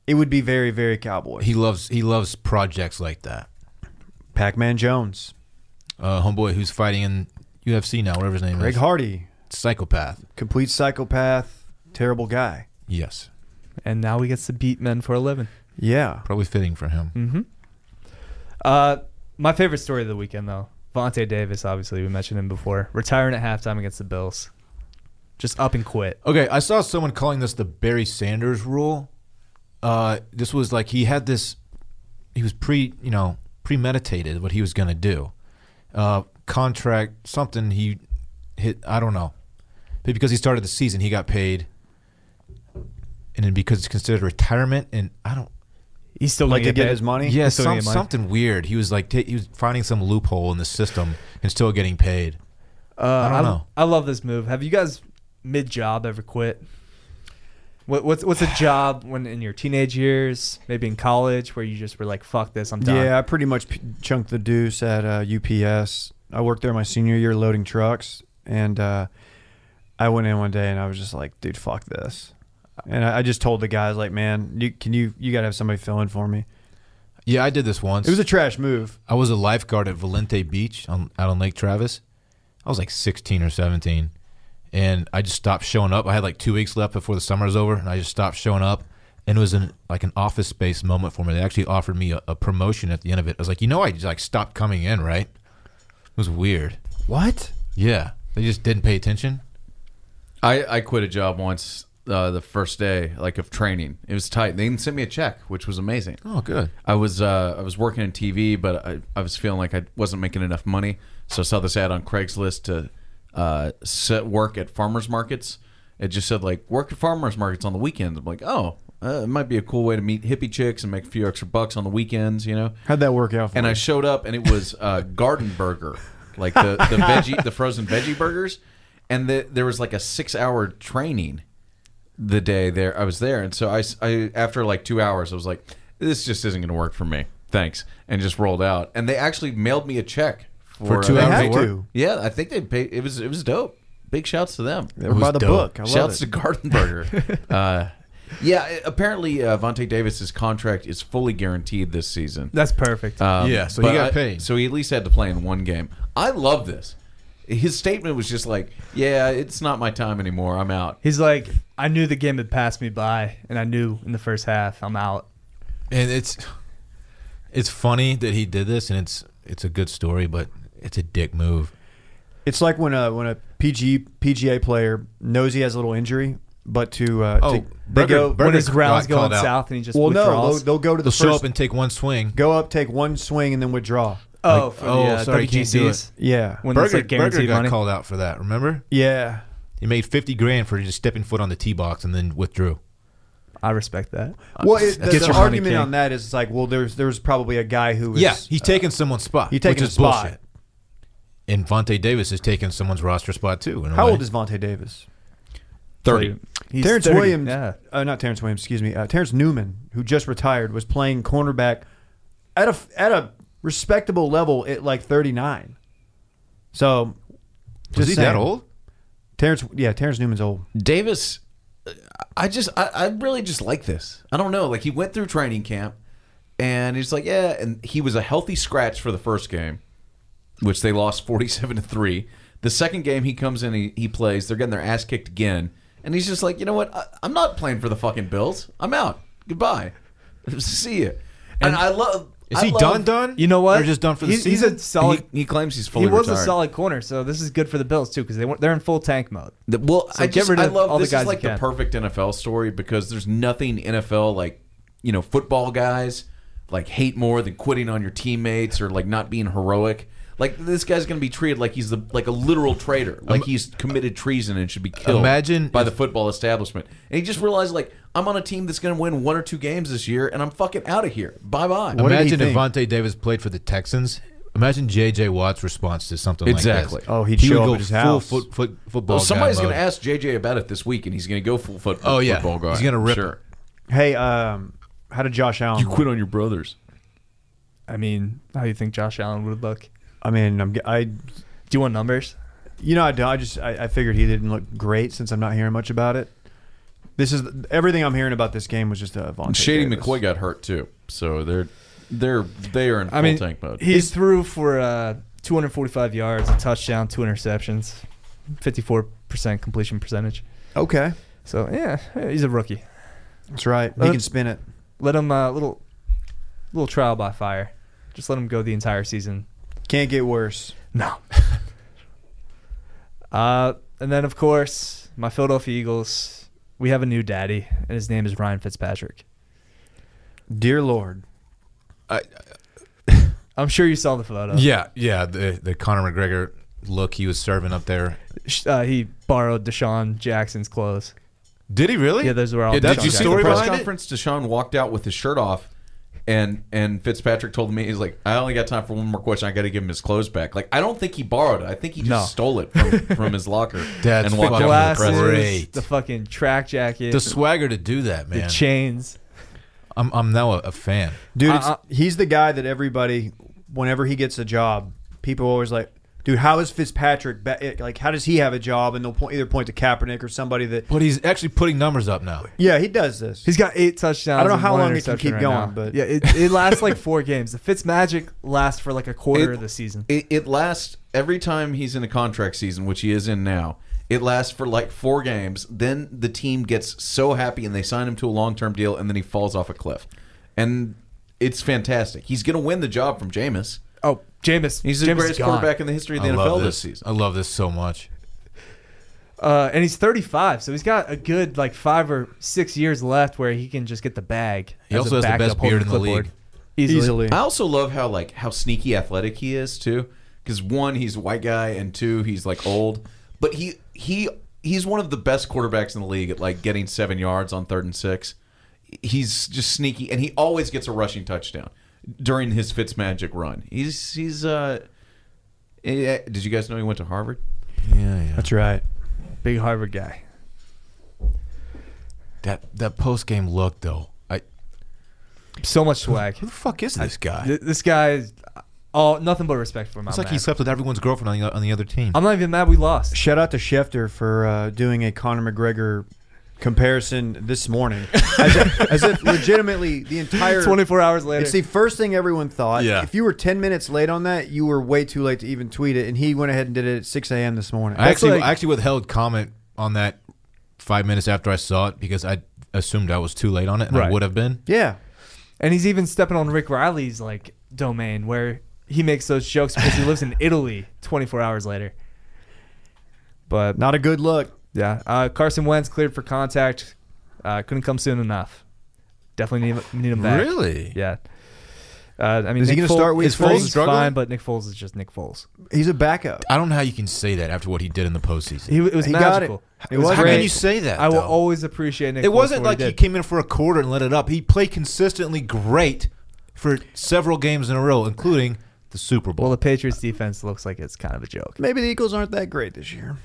C: it would be very very cowboy.
B: He loves he loves projects like that.
C: Pac Man Jones,
B: Uh, homeboy who's fighting in UFC now, whatever his name
C: Greg
B: is,
C: Hardy,
B: psychopath.
C: complete psychopath, terrible guy.
B: Yes,
A: And now he gets to beat men for a living.
C: Yeah.
B: probably fitting for him.
A: Mm-hmm. Uh, my favorite story of the weekend though, Vontae Davis. Obviously, we mentioned him before, retiring at halftime against the Bills, just up and quit.
B: Okay, I saw someone calling this the Barry Sanders rule. Uh, this was like he had this, he was pre, you know, premeditated what he was going to do. Uh, contract something he hit. I don't know, but because he started the season, he got paid, and then because it's considered retirement, and I don't.
A: He's still gonna
C: Like to get
A: paid.
C: his money.
B: Yeah,
A: he's still
B: some,
A: getting money.
B: something weird. He was like ta he was finding some loophole in the system and still getting paid.
A: Uh, I
B: don't know.
A: I love this move. Have you guys mid job ever quit? What, what's what's a job when in your teenage years, maybe in college, where you just were like, "Fuck this, I'm done."
C: Yeah, I pretty much p- chunked the deuce at uh, UPS. I worked there my senior year loading trucks, and uh, I went in one day and I was just like, "Dude, fuck this." And I I just told the guys, like, man, you can you you gotta have somebody fill in for me.
B: Yeah, I did this once.
C: It was a trash move.
B: I was a lifeguard at Valente Beach on, out on Lake Travis. I was like 16 or 17, and I just stopped showing up. I had like two weeks left before the summer was over, and I just stopped showing up. And it was an like an office space moment for me. They actually offered me a, a promotion at the end of it. I was like, you know, I just like stopped coming in, right? It was weird.
C: What?
B: Yeah, they just didn't pay attention.
D: I, I quit a job once uh, the first day, like of training. It was tight. They even sent me a check, which was amazing.
B: Oh, good.
D: I was uh, I was working in TV, but I, I was feeling like I wasn't making enough money. So I saw this ad on Craigslist to uh, set work at farmers markets. It just said like work at farmers markets on the weekends. I'm like, oh, uh, it might be a cool way to meet hippie chicks and make a few extra bucks on the weekends, you know.
C: How'd that work out? For
D: And
C: you?
D: I showed up, and it was uh, Garden Burger, like the the veggie, the frozen veggie burgers, and the, there was like a six hour training the day there I was there, and so I, s- I- after like two hours I was like, this just isn't going to work for me. Thanks, and just rolled out, and they actually mailed me a check for,
B: two
D: uh,
B: hours
D: they
B: of
D: paid-
C: work?
D: Yeah, I think they paid. It was it was dope. Big shouts to them.
C: They
B: It
C: were by
B: was
C: the
B: dope.
C: book. I love
D: Shouts to
C: it.
D: Gardenberger. uh, yeah, it- apparently uh, Vontae Davis's contract is fully guaranteed this season.
A: that's perfect.
D: Um,
B: Yeah, so he
D: but
B: got
D: I-
B: paid.
D: so he at least had to play in one game. I love this. His statement was just like, "Yeah, it's not my time anymore. I'm out."
A: He's like, "I knew the game had passed me by, and I knew in the first half, I'm out."
B: and it's it's funny that he did this and it's it's a good story but it's a dick move
C: It's like when a when a PG PGA player knows he has a little injury, but to uh, to, they
B: Burger-
C: go
B: Burger
A: when his round's
B: got called
A: going
B: out.
A: south, and he just
C: well, no, they'll,
A: withdraws.
C: they'll go to
B: they'll
C: the
B: show
C: first,
B: up and take one swing
C: go up, take one swing, and then withdraw.
A: oh,
B: like,
A: for
B: oh,
A: the, uh,
B: sorry, can't do
A: WGCs,
C: Yeah,
A: when it's
B: burger,
A: like guaranteed
B: burger got
A: money.
B: called out for that remember
C: yeah.
B: he made 50 grand for just stepping foot on the tee box and then withdrew
A: I respect that.
C: Uh, Well,
B: That's
C: it, the,
B: your
C: the
B: money,
C: argument
B: King.
C: on that is like, well, there's there's probably a guy who is
B: yeah uh, he's taking someone's spot
C: he's taking
B: which
C: a
B: is
C: spot.
B: bullshit and Vontae Davis is taking someone's roster spot too in a
C: How
B: way.
C: old is Vontae Davis?
D: Thirty.
A: He's
C: Terrence
A: 30,
C: Williams,
A: Yeah.
C: uh, not Terrence Williams, excuse me, uh, Terrence Newman, who just retired, was playing cornerback at a at a respectable level at like 39. So,
B: was
C: just
B: he
C: saying.
B: that old?
C: Terrence, yeah, Terrence Newman's old.
D: Davis, I just, I, I really just like this. I don't know. Like he went through training camp, and he's like, "Yeah," and he was a healthy scratch for the first game. which they lost 47 to 3. The second game he comes in, he, he plays, they're getting their ass kicked again. And he's just like, you know what? I, I'm not playing for the fucking Bills. I'm out. Goodbye. See you. And, I love.
B: Is
D: I
B: he
D: love-
B: done? Done?
A: You know what?
B: Or just done for the
A: He's-
B: season?
A: He's a solid.
D: He, he claims he's fully
A: he was a
D: retired.
A: solid corner, so this is good for the Bills too because they were, they're in full tank mode.
D: The- well,
A: So
D: I
A: get
D: just
A: rid
D: I
A: of
D: love
A: all the
D: this
A: guys
D: is
A: you
D: like the
A: can.
D: perfect NFL story because there's nothing NFL like you know football guys like hate more than quitting on your teammates or like not being heroic. Like this guy's going to be treated like he's the like a literal traitor, like he's committed treason and should be killed.
B: Imagine
D: by
B: if-
D: the football establishment, and he just realized like I'm on a team that's going to win one or two games this year, and I'm fucking out of here. Bye bye.
C: What did he
B: Imagine if
C: think?
B: Vontae Davis played for the Texans. Imagine J.J. Watt's response to something
D: Exactly.
B: like this.
C: Oh, he'd
B: he
C: show
B: would
C: up
B: go
C: at his
B: full
C: house.
B: Foot, foot, football.
D: Well,
B: guy
D: somebody's going
B: mode.
D: to ask JJ about it this week, and he's going to go full foot.
B: Oh, yeah.
D: football guy.
B: He's gonna rip
D: Sure.
C: Hey, um, how did Josh Allen?
D: You quit on your brothers.
A: I mean, how do you think Josh Allen would look?
C: I mean, I'm, g- I,
A: Do you want numbers?
C: you know, I don't. I just, I, I figured he didn't look great since I'm not hearing much about it. This is everything I'm hearing about this game was just a Vontae
D: And Shady
C: Davis.
D: McCoy got hurt too, so they're they're they are in full
A: I mean,
D: tank mode.
A: he threw for uh, 245 yards, a touchdown, two interceptions, 54% completion percentage.
C: Okay,
A: So yeah, he's a rookie.
C: that's right. He
A: Uh,
C: can spin it.
A: Let him uh, little little trial by fire. Just let him go the entire season.
C: Can't get worse.
A: No. uh, and then of course my Philadelphia Eagles. We have a new daddy, and his name is Ryan Fitzpatrick.
C: Dear Lord,
A: I'm sure you saw the photo.
B: Yeah, yeah. The the Conor McGregor look he was serving up there.
A: Sh- Uh, he borrowed Deshaun Jackson's clothes.
B: Did he really?
A: Yeah, those were all.
B: Yeah, did
A: Deshaun
B: you
D: Did
A: Jackson.
D: see the
B: story
D: press
B: behind it?
D: conference? Deshaun walked out with his shirt off, and and Fitzpatrick told me he's like, I only got time for one more question. I got to give him his clothes back. Like I don't think he borrowed it. I think he just
A: No.
D: stole it from, from his locker
B: That's
D: and walked
B: fucking
D: out with the
A: Glasses,
D: present.
B: Great.
A: the fucking track jacket,
B: The swagger to do that,
A: the
B: man.
A: chains.
B: I'm I'm now a, a fan.
C: dude,
A: Uh,
C: it's,
A: uh.
C: he's the guy that everybody, whenever he gets a job, people are always like, dude, how is Fitzpatrick? Be- it- like, how does he have a job? And they'll point, either point to Kaepernick or somebody that.
B: But he's actually putting numbers up now.
C: Yeah, he does this.
A: He's got eight touchdowns.
C: I don't know
A: and
C: how
A: one
C: long it can
A: interception
C: keep
A: right
C: going,
A: now.
C: but-
A: yeah, it, it lasts like four games. The Fitz magic lasts for like a quarter
D: It-
A: of the season.
D: It, it lasts every time he's in a contract season, which he is in now. It lasts for like four games. Then the team gets so happy and they sign him to a long term deal, and then he falls off a cliff. And it's fantastic. He's going to win the job from Jameis.
A: oh, Jameis.
D: He's the
A: Jameis is
D: greatest
A: gone.
D: quarterback in the history of the
B: I love
D: NFL
B: this.
D: this season.
B: I love this so much.
A: Uh, and he's 35, so he's got a good like five or six years left where he can just get the bag.
B: He
A: as
B: also
A: a
B: has the
A: backup
B: best
A: holding
B: beard in the
A: clipboard.
B: league.
A: Easily.
C: easily.
D: I also love how like how sneaky athletic he is too. Because one, he's a white guy, and two, he's like old. But he he he's one of the best quarterbacks in the league at like getting seven yards on third and six. He's just sneaky, and he always gets a rushing touchdown during his Fitzmagic run. He's he's uh. eh, Did you guys know he went to Harvard?
B: Yeah, yeah.
C: That's right.
A: Big Harvard guy.
B: That that post game look though. I
A: So much swag.
B: who the fuck is this guy?
A: Th- this guy is all nothing but respect for him.
B: It's
A: I'm
B: like he
A: mad.
B: slept with everyone's girlfriend on the, on the other team.
A: I'm not even mad we lost.
C: Shout out to Schefter for uh, doing a Conor McGregor comparison this morning, as if, as if legitimately the entire
A: 24 hours later.
C: It's the first thing everyone thought.
B: Yeah.
C: If you were 10 minutes late on that, you were way too late to even tweet it. And he went ahead and did it at 6 a.m. this morning.
B: I actually
A: like-
B: I actually withheld comment on that five minutes after I saw it because I assumed I was too late on it and I
A: Right.
B: would have been.
C: yeah.
A: And he's even stepping on Rick Riley's like domain where he makes those jokes because he lives in Italy 24 hours later. But
C: Not a good look.
A: yeah, uh, Carson Wentz cleared for contact. Uh, couldn't come soon enough. Definitely need, need him back.
B: Really?
A: Yeah. Uh, I mean,
C: Is he
A: Nick
C: gonna
A: Fol-
C: start week
A: Nick Foles
C: three?
A: is
B: Struggling?
A: fine, but Nick Foles is just Nick Foles.
C: He's a backup.
B: I don't know how you can say that after what he did in the postseason.
A: He, it was
C: He got it.
A: magical.
C: It was
B: how
C: great.
B: can you say that?
A: I will
B: though?
A: always appreciate Nick.
B: It
A: Foles
B: wasn't
A: for what
B: like he,
A: did.
B: came in for a quarter and let it up. He played consistently great for several games in a row, including the Super Bowl.
A: Well, the Patriots defense looks like it's kind of a joke.
C: Maybe the Eagles aren't that great this year.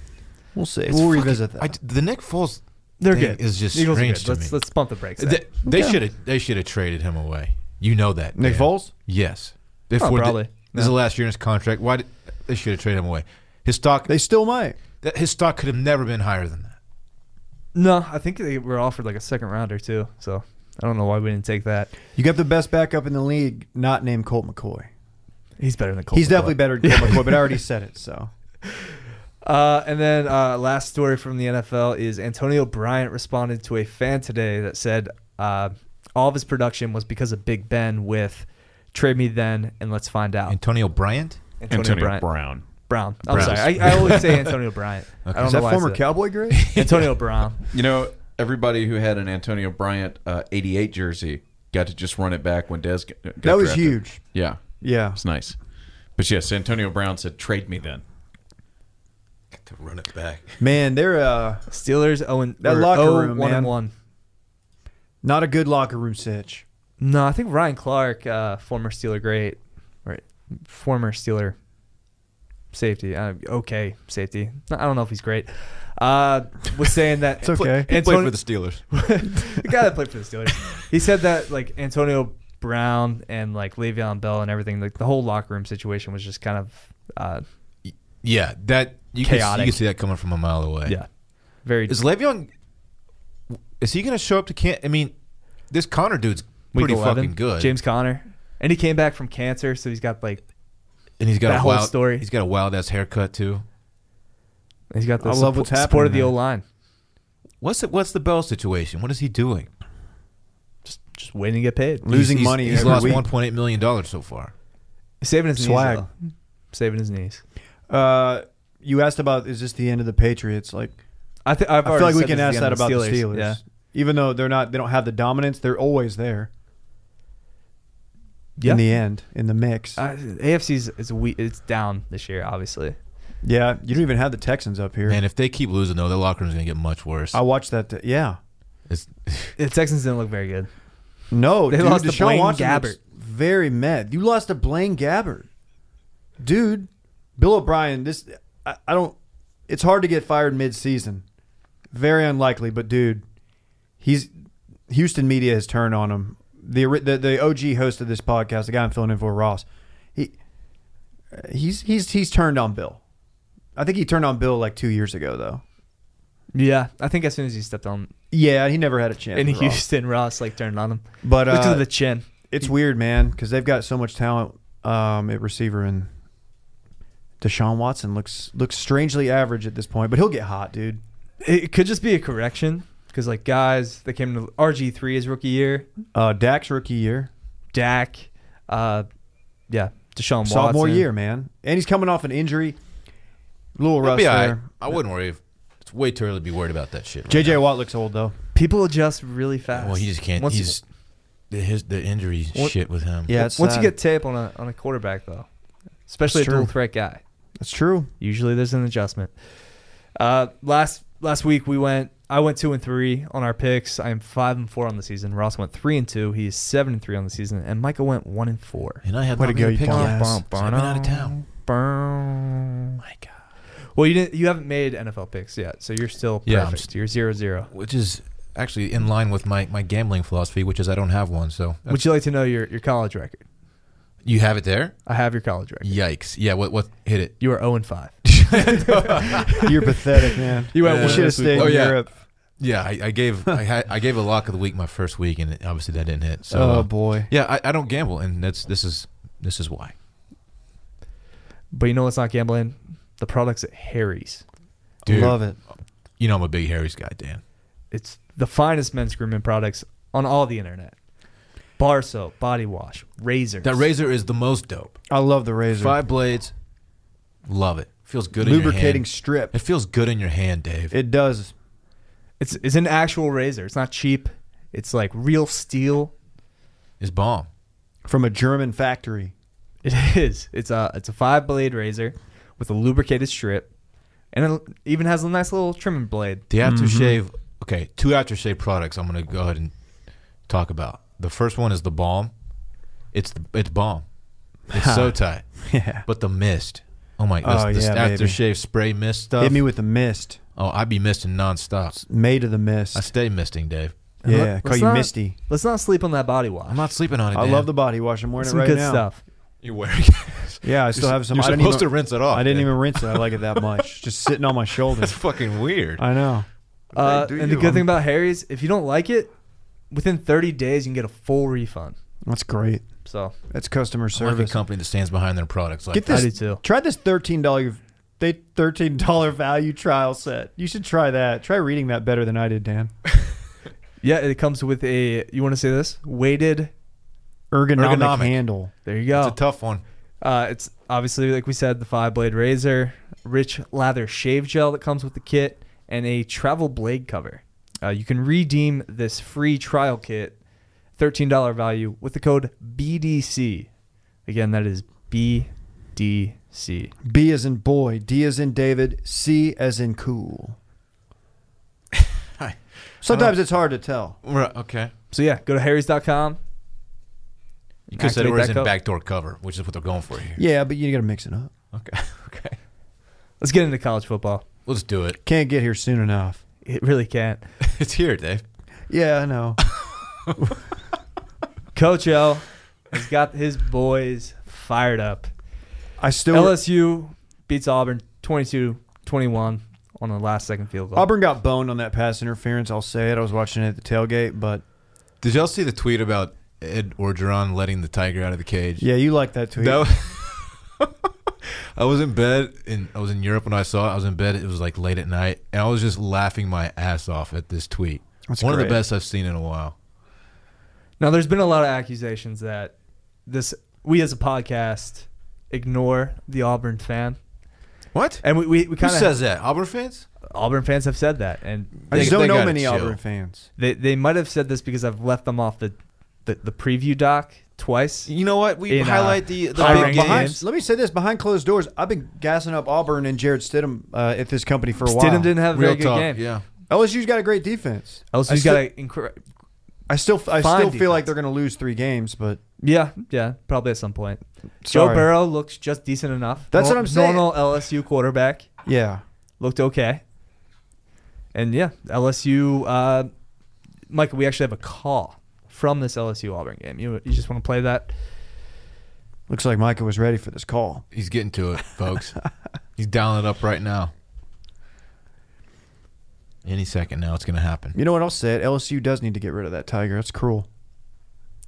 C: We'll see.
B: It's
C: we'll
B: fucking-
C: revisit that.
B: I, the Nick Foles
A: They're
B: thing
A: good.
B: is just
A: Eagles are
B: strange
A: good.
B: to
A: let's,
B: me.
A: Let's pump the brakes.
B: They- Uh, they
C: Okay.
B: should have they should have traded him away. You know that
C: Nick
B: Dan.
C: Foles?
B: Yes, If
A: Oh,
B: we're-
A: probably.
B: This is the last year in his contract. Why did, they should have traded him away? His stock
C: They still might.
B: that his stock could have never been higher than that.
A: No, I think they were offered like a second rounder too. So I don't know why we didn't take that.
C: You got the best backup in the league, not named Colt McCoy.
A: He's better than Cole.
C: He's
A: McCoy.
C: definitely better than Cole McCoy, but I already said it. So
A: Uh, and then uh, last story from the NFL is Antonio Bryant responded to a fan today that said uh, all of his production was because of Big Ben with "Trade me then and let's find out."
B: Antonio Bryant.
E: Antonio
A: Bryant.
E: Brown.
A: Brown. I'm
B: Brown.
A: sorry. I, I always say Antonio Bryant. I don't
C: is
A: know
C: that
A: why I
C: former
A: said
C: Cowboy grade?
A: that. Antonio Brown.
D: You know, everybody who had an Antonio Bryant uh, 88 jersey got to just run it back when Dez got, got
C: that was
D: drafted.
C: huge.
D: Yeah,
C: Yeah.
D: it's nice. But yes, Antonio Brown said, "Trade me then."
B: To run it back.
C: Man, they're uh,
A: Steelers 0 and
C: That
A: or
C: locker
A: 0, 1
C: room, man.
A: and 1.
C: not a good locker room sitch.
A: No, I think Ryan Clark, uh, former Steeler great, or former Steeler safety, uh, okay safety. I don't know if he's great. Uh, was saying that
C: It's okay.
B: He
A: Antonio-
B: played for the Steelers.
A: the guy that played for the Steelers. He said that like Antonio Brown and like Le'Veon Bell and everything, like the whole locker room situation was just kind of uh,
B: Yeah, that you can, you
A: Chaotic.
B: can see that coming from a mile away.
A: yeah, very.
B: Is Le'Veon? Is he going to show up to camp? I mean, this Connor dude's
A: week
B: pretty
A: 11,
B: fucking good.
A: James Conner, and he came back from cancer, so he's got like
B: and he's got
A: that
B: a
A: whole
B: wild
A: story.
B: He's got a wild ass haircut too.
A: he's got the
C: I love what's
A: suppo- support of the
C: happening,
A: O line.
B: What's the, what's the Bell situation? What is he doing?
A: Just just waiting to get paid.
C: Losing
B: He's- he's-
C: money
B: He's
C: every
B: lost
C: week.
B: one point eight million dollars so far.
A: Saving his
C: Swag.
A: knees. though. Saving his knees.
C: Uh, you asked about is this the end of the Patriots? Like
A: I, th- I've
C: I feel
A: already
C: like we
A: said
C: can
A: this
C: ask
A: again
C: that
A: on
C: about the Steelers.
A: Yeah.
C: Even though they're not, they don't have the dominance. They're always there
A: Yeah.
C: in the end, in the mix.
A: uh, AFC's is we it's down this year, obviously.
C: yeah, you don't even have the Texans up here.
B: And if they keep losing though, the locker room's going to get much worse.
C: I watched that. t- yeah,
B: It's-
A: The Texans didn't look very good.
C: no,
A: They
C: dude,
A: lost to
C: Deshaun
A: Blaine
C: Watson
A: Gabbert.
C: looks Very mad. You lost to Blaine Gabbert, dude. Bill O'Brien. This I, I don't. It's hard to get fired mid-season. Very unlikely, but dude, he's Houston media has turned on him. The ori- the, the OG host of this podcast, the guy I'm filling in for, Ross. He he's he's he's turned on Bill. I think he turned on Bill like two years ago though.
A: Yeah, I think as soon as he stepped on
C: Yeah, he never had a chance.
A: in
C: with Ross.
A: Houston, Ross like turned on him.
C: But
A: Look
C: uh,
A: to the chin.
C: it's weird, man, because they've got so much talent um, at receiver, and Deshaun Watson looks looks strangely average at this point, but he'll get hot, dude.
A: It could just be a correction because like guys that came to RG three his rookie year,
C: Uh, Dak's rookie year,
A: Dak, uh, yeah, Deshaun Watson.
C: sophomore year, man, and he's coming off an injury, little
B: It'll
C: rust
B: be all right.
C: there.
B: I wouldn't worry. If, it's way too early to be worried about that shit. right now.
C: JJ Watt looks old though.
A: People adjust really fast.
B: Well, he just can't.
A: Once,
B: he's the, his the injury
A: What-
B: shit with him.
C: Yeah, it's
A: once you
C: sad.
A: get tape on a on a quarterback though, especially
C: It's
A: a dual
C: true.
A: threat guy.
C: that's true.
A: Usually there's an adjustment. Uh, last last week we went. I went two and three on our picks. I am five and four on the season. Ross went three and two. He is seven and three on the season, and Michael went one and four.
B: And I had
C: Way
B: not
C: to
B: made
C: go, you
B: a pick
C: dumbass.
B: yet, so I've been out of town.
A: My God. Well, you didn't. You haven't made NFL picks yet, so you're still
B: Yeah, I'm
A: perfect.
B: st-
A: you're zero zero.
B: which is actually in line with my, my gambling philosophy, which is I don't have one. So
A: Would you like to know your, your college record?
B: you have it there?
A: I have your college record.
B: Yikes! Yeah, what what hit it?
A: You are zero and five.
C: You're pathetic, man.
A: You went
B: Yeah.
C: You
A: one
C: should have
A: this week.
C: stayed
B: Oh,
C: in
B: yeah.
C: Europe.
B: Yeah, I, I gave I had I gave a lock of the week my first week, and it, obviously that didn't hit. So
C: oh
B: uh,
C: boy,
B: yeah, I, I don't gamble, and that's this is this is why.
A: But you know what's not gambling? The products at Harry's.
B: Dude,
C: love it.
B: you know I'm a big Harry's guy, Dan.
A: It's the finest men's grooming products on all the internet. Bar soap, body wash, razors.
B: That razor is the most dope.
C: I love the razor.
B: Five blades, love it. Feels good. in your
C: Lubricating
B: hand.
C: strip.
B: It feels good in your hand, Dave.
C: It does.
A: It's it's an actual razor. It's not cheap. It's like real steel.
B: It's bomb.
C: From a German factory.
A: It is. It's a it's a five blade razor with a lubricated strip, and it even has a nice little trimming blade.
B: The
C: Mm-hmm.
B: aftershave. Okay, two aftershave products. I'm gonna go ahead and talk about. The first one is the balm. It's the, it's balm. It's so tight.
C: Yeah.
B: But the mist. Oh my!
C: Oh,
B: this, this
C: yeah, baby.
B: aftershave spray mist stuff.
C: Hit me with the mist.
B: oh, I be misting nonstop.
C: Made of the mist.
B: I stay misting, Dave.
A: And
C: yeah,
A: let-
C: call
A: let's
C: you
A: not-
C: Misty.
A: Let's not sleep on that body
B: I'm
A: wash.
B: not sleeping on it.
C: I
B: Dan.
C: love the body wash. I'm wearing
A: Some
C: it right
A: good
C: now.
A: stuff.
B: You're wearing. It.
C: Yeah, I still
B: You're
C: have some.
B: You're
C: I didn't
B: supposed to
C: even,
B: rinse it off.
C: I didn't
B: Dan.
C: even rinse it. I like it that much. Just sitting on my shoulder.
B: That's fucking weird.
C: I know.
A: Uh,
B: do
A: and the
B: you.
A: good thing about Harry's, if you don't like it, within 30 days you can get a full refund.
C: That's great.
A: So
C: That's customer
B: I like a
C: service.
B: company that stands behind their products. Like
C: Get
A: I
C: this.
A: do too.
C: Try this thirteen dollar. They thirteen dollar value trial set. You should try that. Try reading that better than I did, Dan.
A: Yeah, it comes with a. You want to say this? Weighted.
C: Ergonomic,
B: Ergonomic.
C: handle.
A: There you
B: It's
A: go.
B: a tough one.
A: Uh, it's obviously, like we said, the five blade razor, rich lather shave gel that comes with the kit, and a travel blade cover. Uh, you can redeem this free trial kit, $13 value, with the code BDC. Again, that is BDC.
C: B as in boy, D as in David, C as in cool. Sometimes it's hard to tell.
B: Right. Okay.
A: So, yeah, go to harrys.com.
B: You could
A: Activate
B: say it
A: that
B: was in
A: code.
B: backdoor cover, which is what they're going for here.
C: Yeah, but you got to mix it up.
B: Okay. Okay.
A: Let's get into college football.
B: Let's do it.
C: Can't get here soon enough.
A: It really can't.
B: It's here, Dave.
C: Yeah, I know.
A: Coach O has got his boys fired up.
C: I still.
A: LSU beats Auburn 22 21 on the last second field goal.
C: Auburn got boned on that pass interference. I'll say it. I was watching it at the tailgate, but
B: Did y'all see the tweet about Ed Orgeron letting the tiger out of the cage?
C: yeah, you like that tweet.
B: That was- I was in bed and I was in Europe when I saw it. I was in bed. It was like late at night, and I was just laughing my ass off at this tweet.
C: That's
B: One of
C: great.
B: the best I've seen in a while.
A: Now, there's been a lot of accusations that this we as a podcast ignore the Auburn fan,
B: What?
A: and we we, we
B: Who
A: kind of
B: says that? Auburn fans?
A: Auburn fans have said that, and
C: I
A: they,
C: just
B: They-
C: don't
B: they
C: know
B: gotta
C: many
B: chill.
C: Auburn fans.
A: they they might have said this because I've left them off the the, the preview doc twice.
B: You know what? We
A: In, uh,
B: highlight the the
A: hiring
B: big
A: behind-
B: games.
A: games.
C: Let me say this: behind closed doors, I've been gassing up Auburn and Jared Stidham uh, at this company for a while.
A: Stidham didn't have a
B: Real
A: very
B: talk,
A: good game.
B: Yeah.
C: LSU's got a great defense.
A: LSU's
C: I
A: got an incre-
C: I still, I
A: Fine
C: still feel like
A: defense.
C: they're going to lose three games, but
A: yeah yeah probably at some point. Joe
C: Sorry.
A: Burrow looks just decent enough.
C: That's what
A: Nor-
C: I'm saying.
A: Normal LSU quarterback.
C: yeah,
A: looked okay. And yeah, LSU. Uh, Michael, we actually have a call from this LSU Auburn game. You, you just want to play that?
C: looks like Micah was ready for this call.
B: He's getting to it, folks. He's dialing it up right now. Any second now, it's going to happen.
C: You know what I'll say? It LSU does need to get rid of that tiger. That's cruel.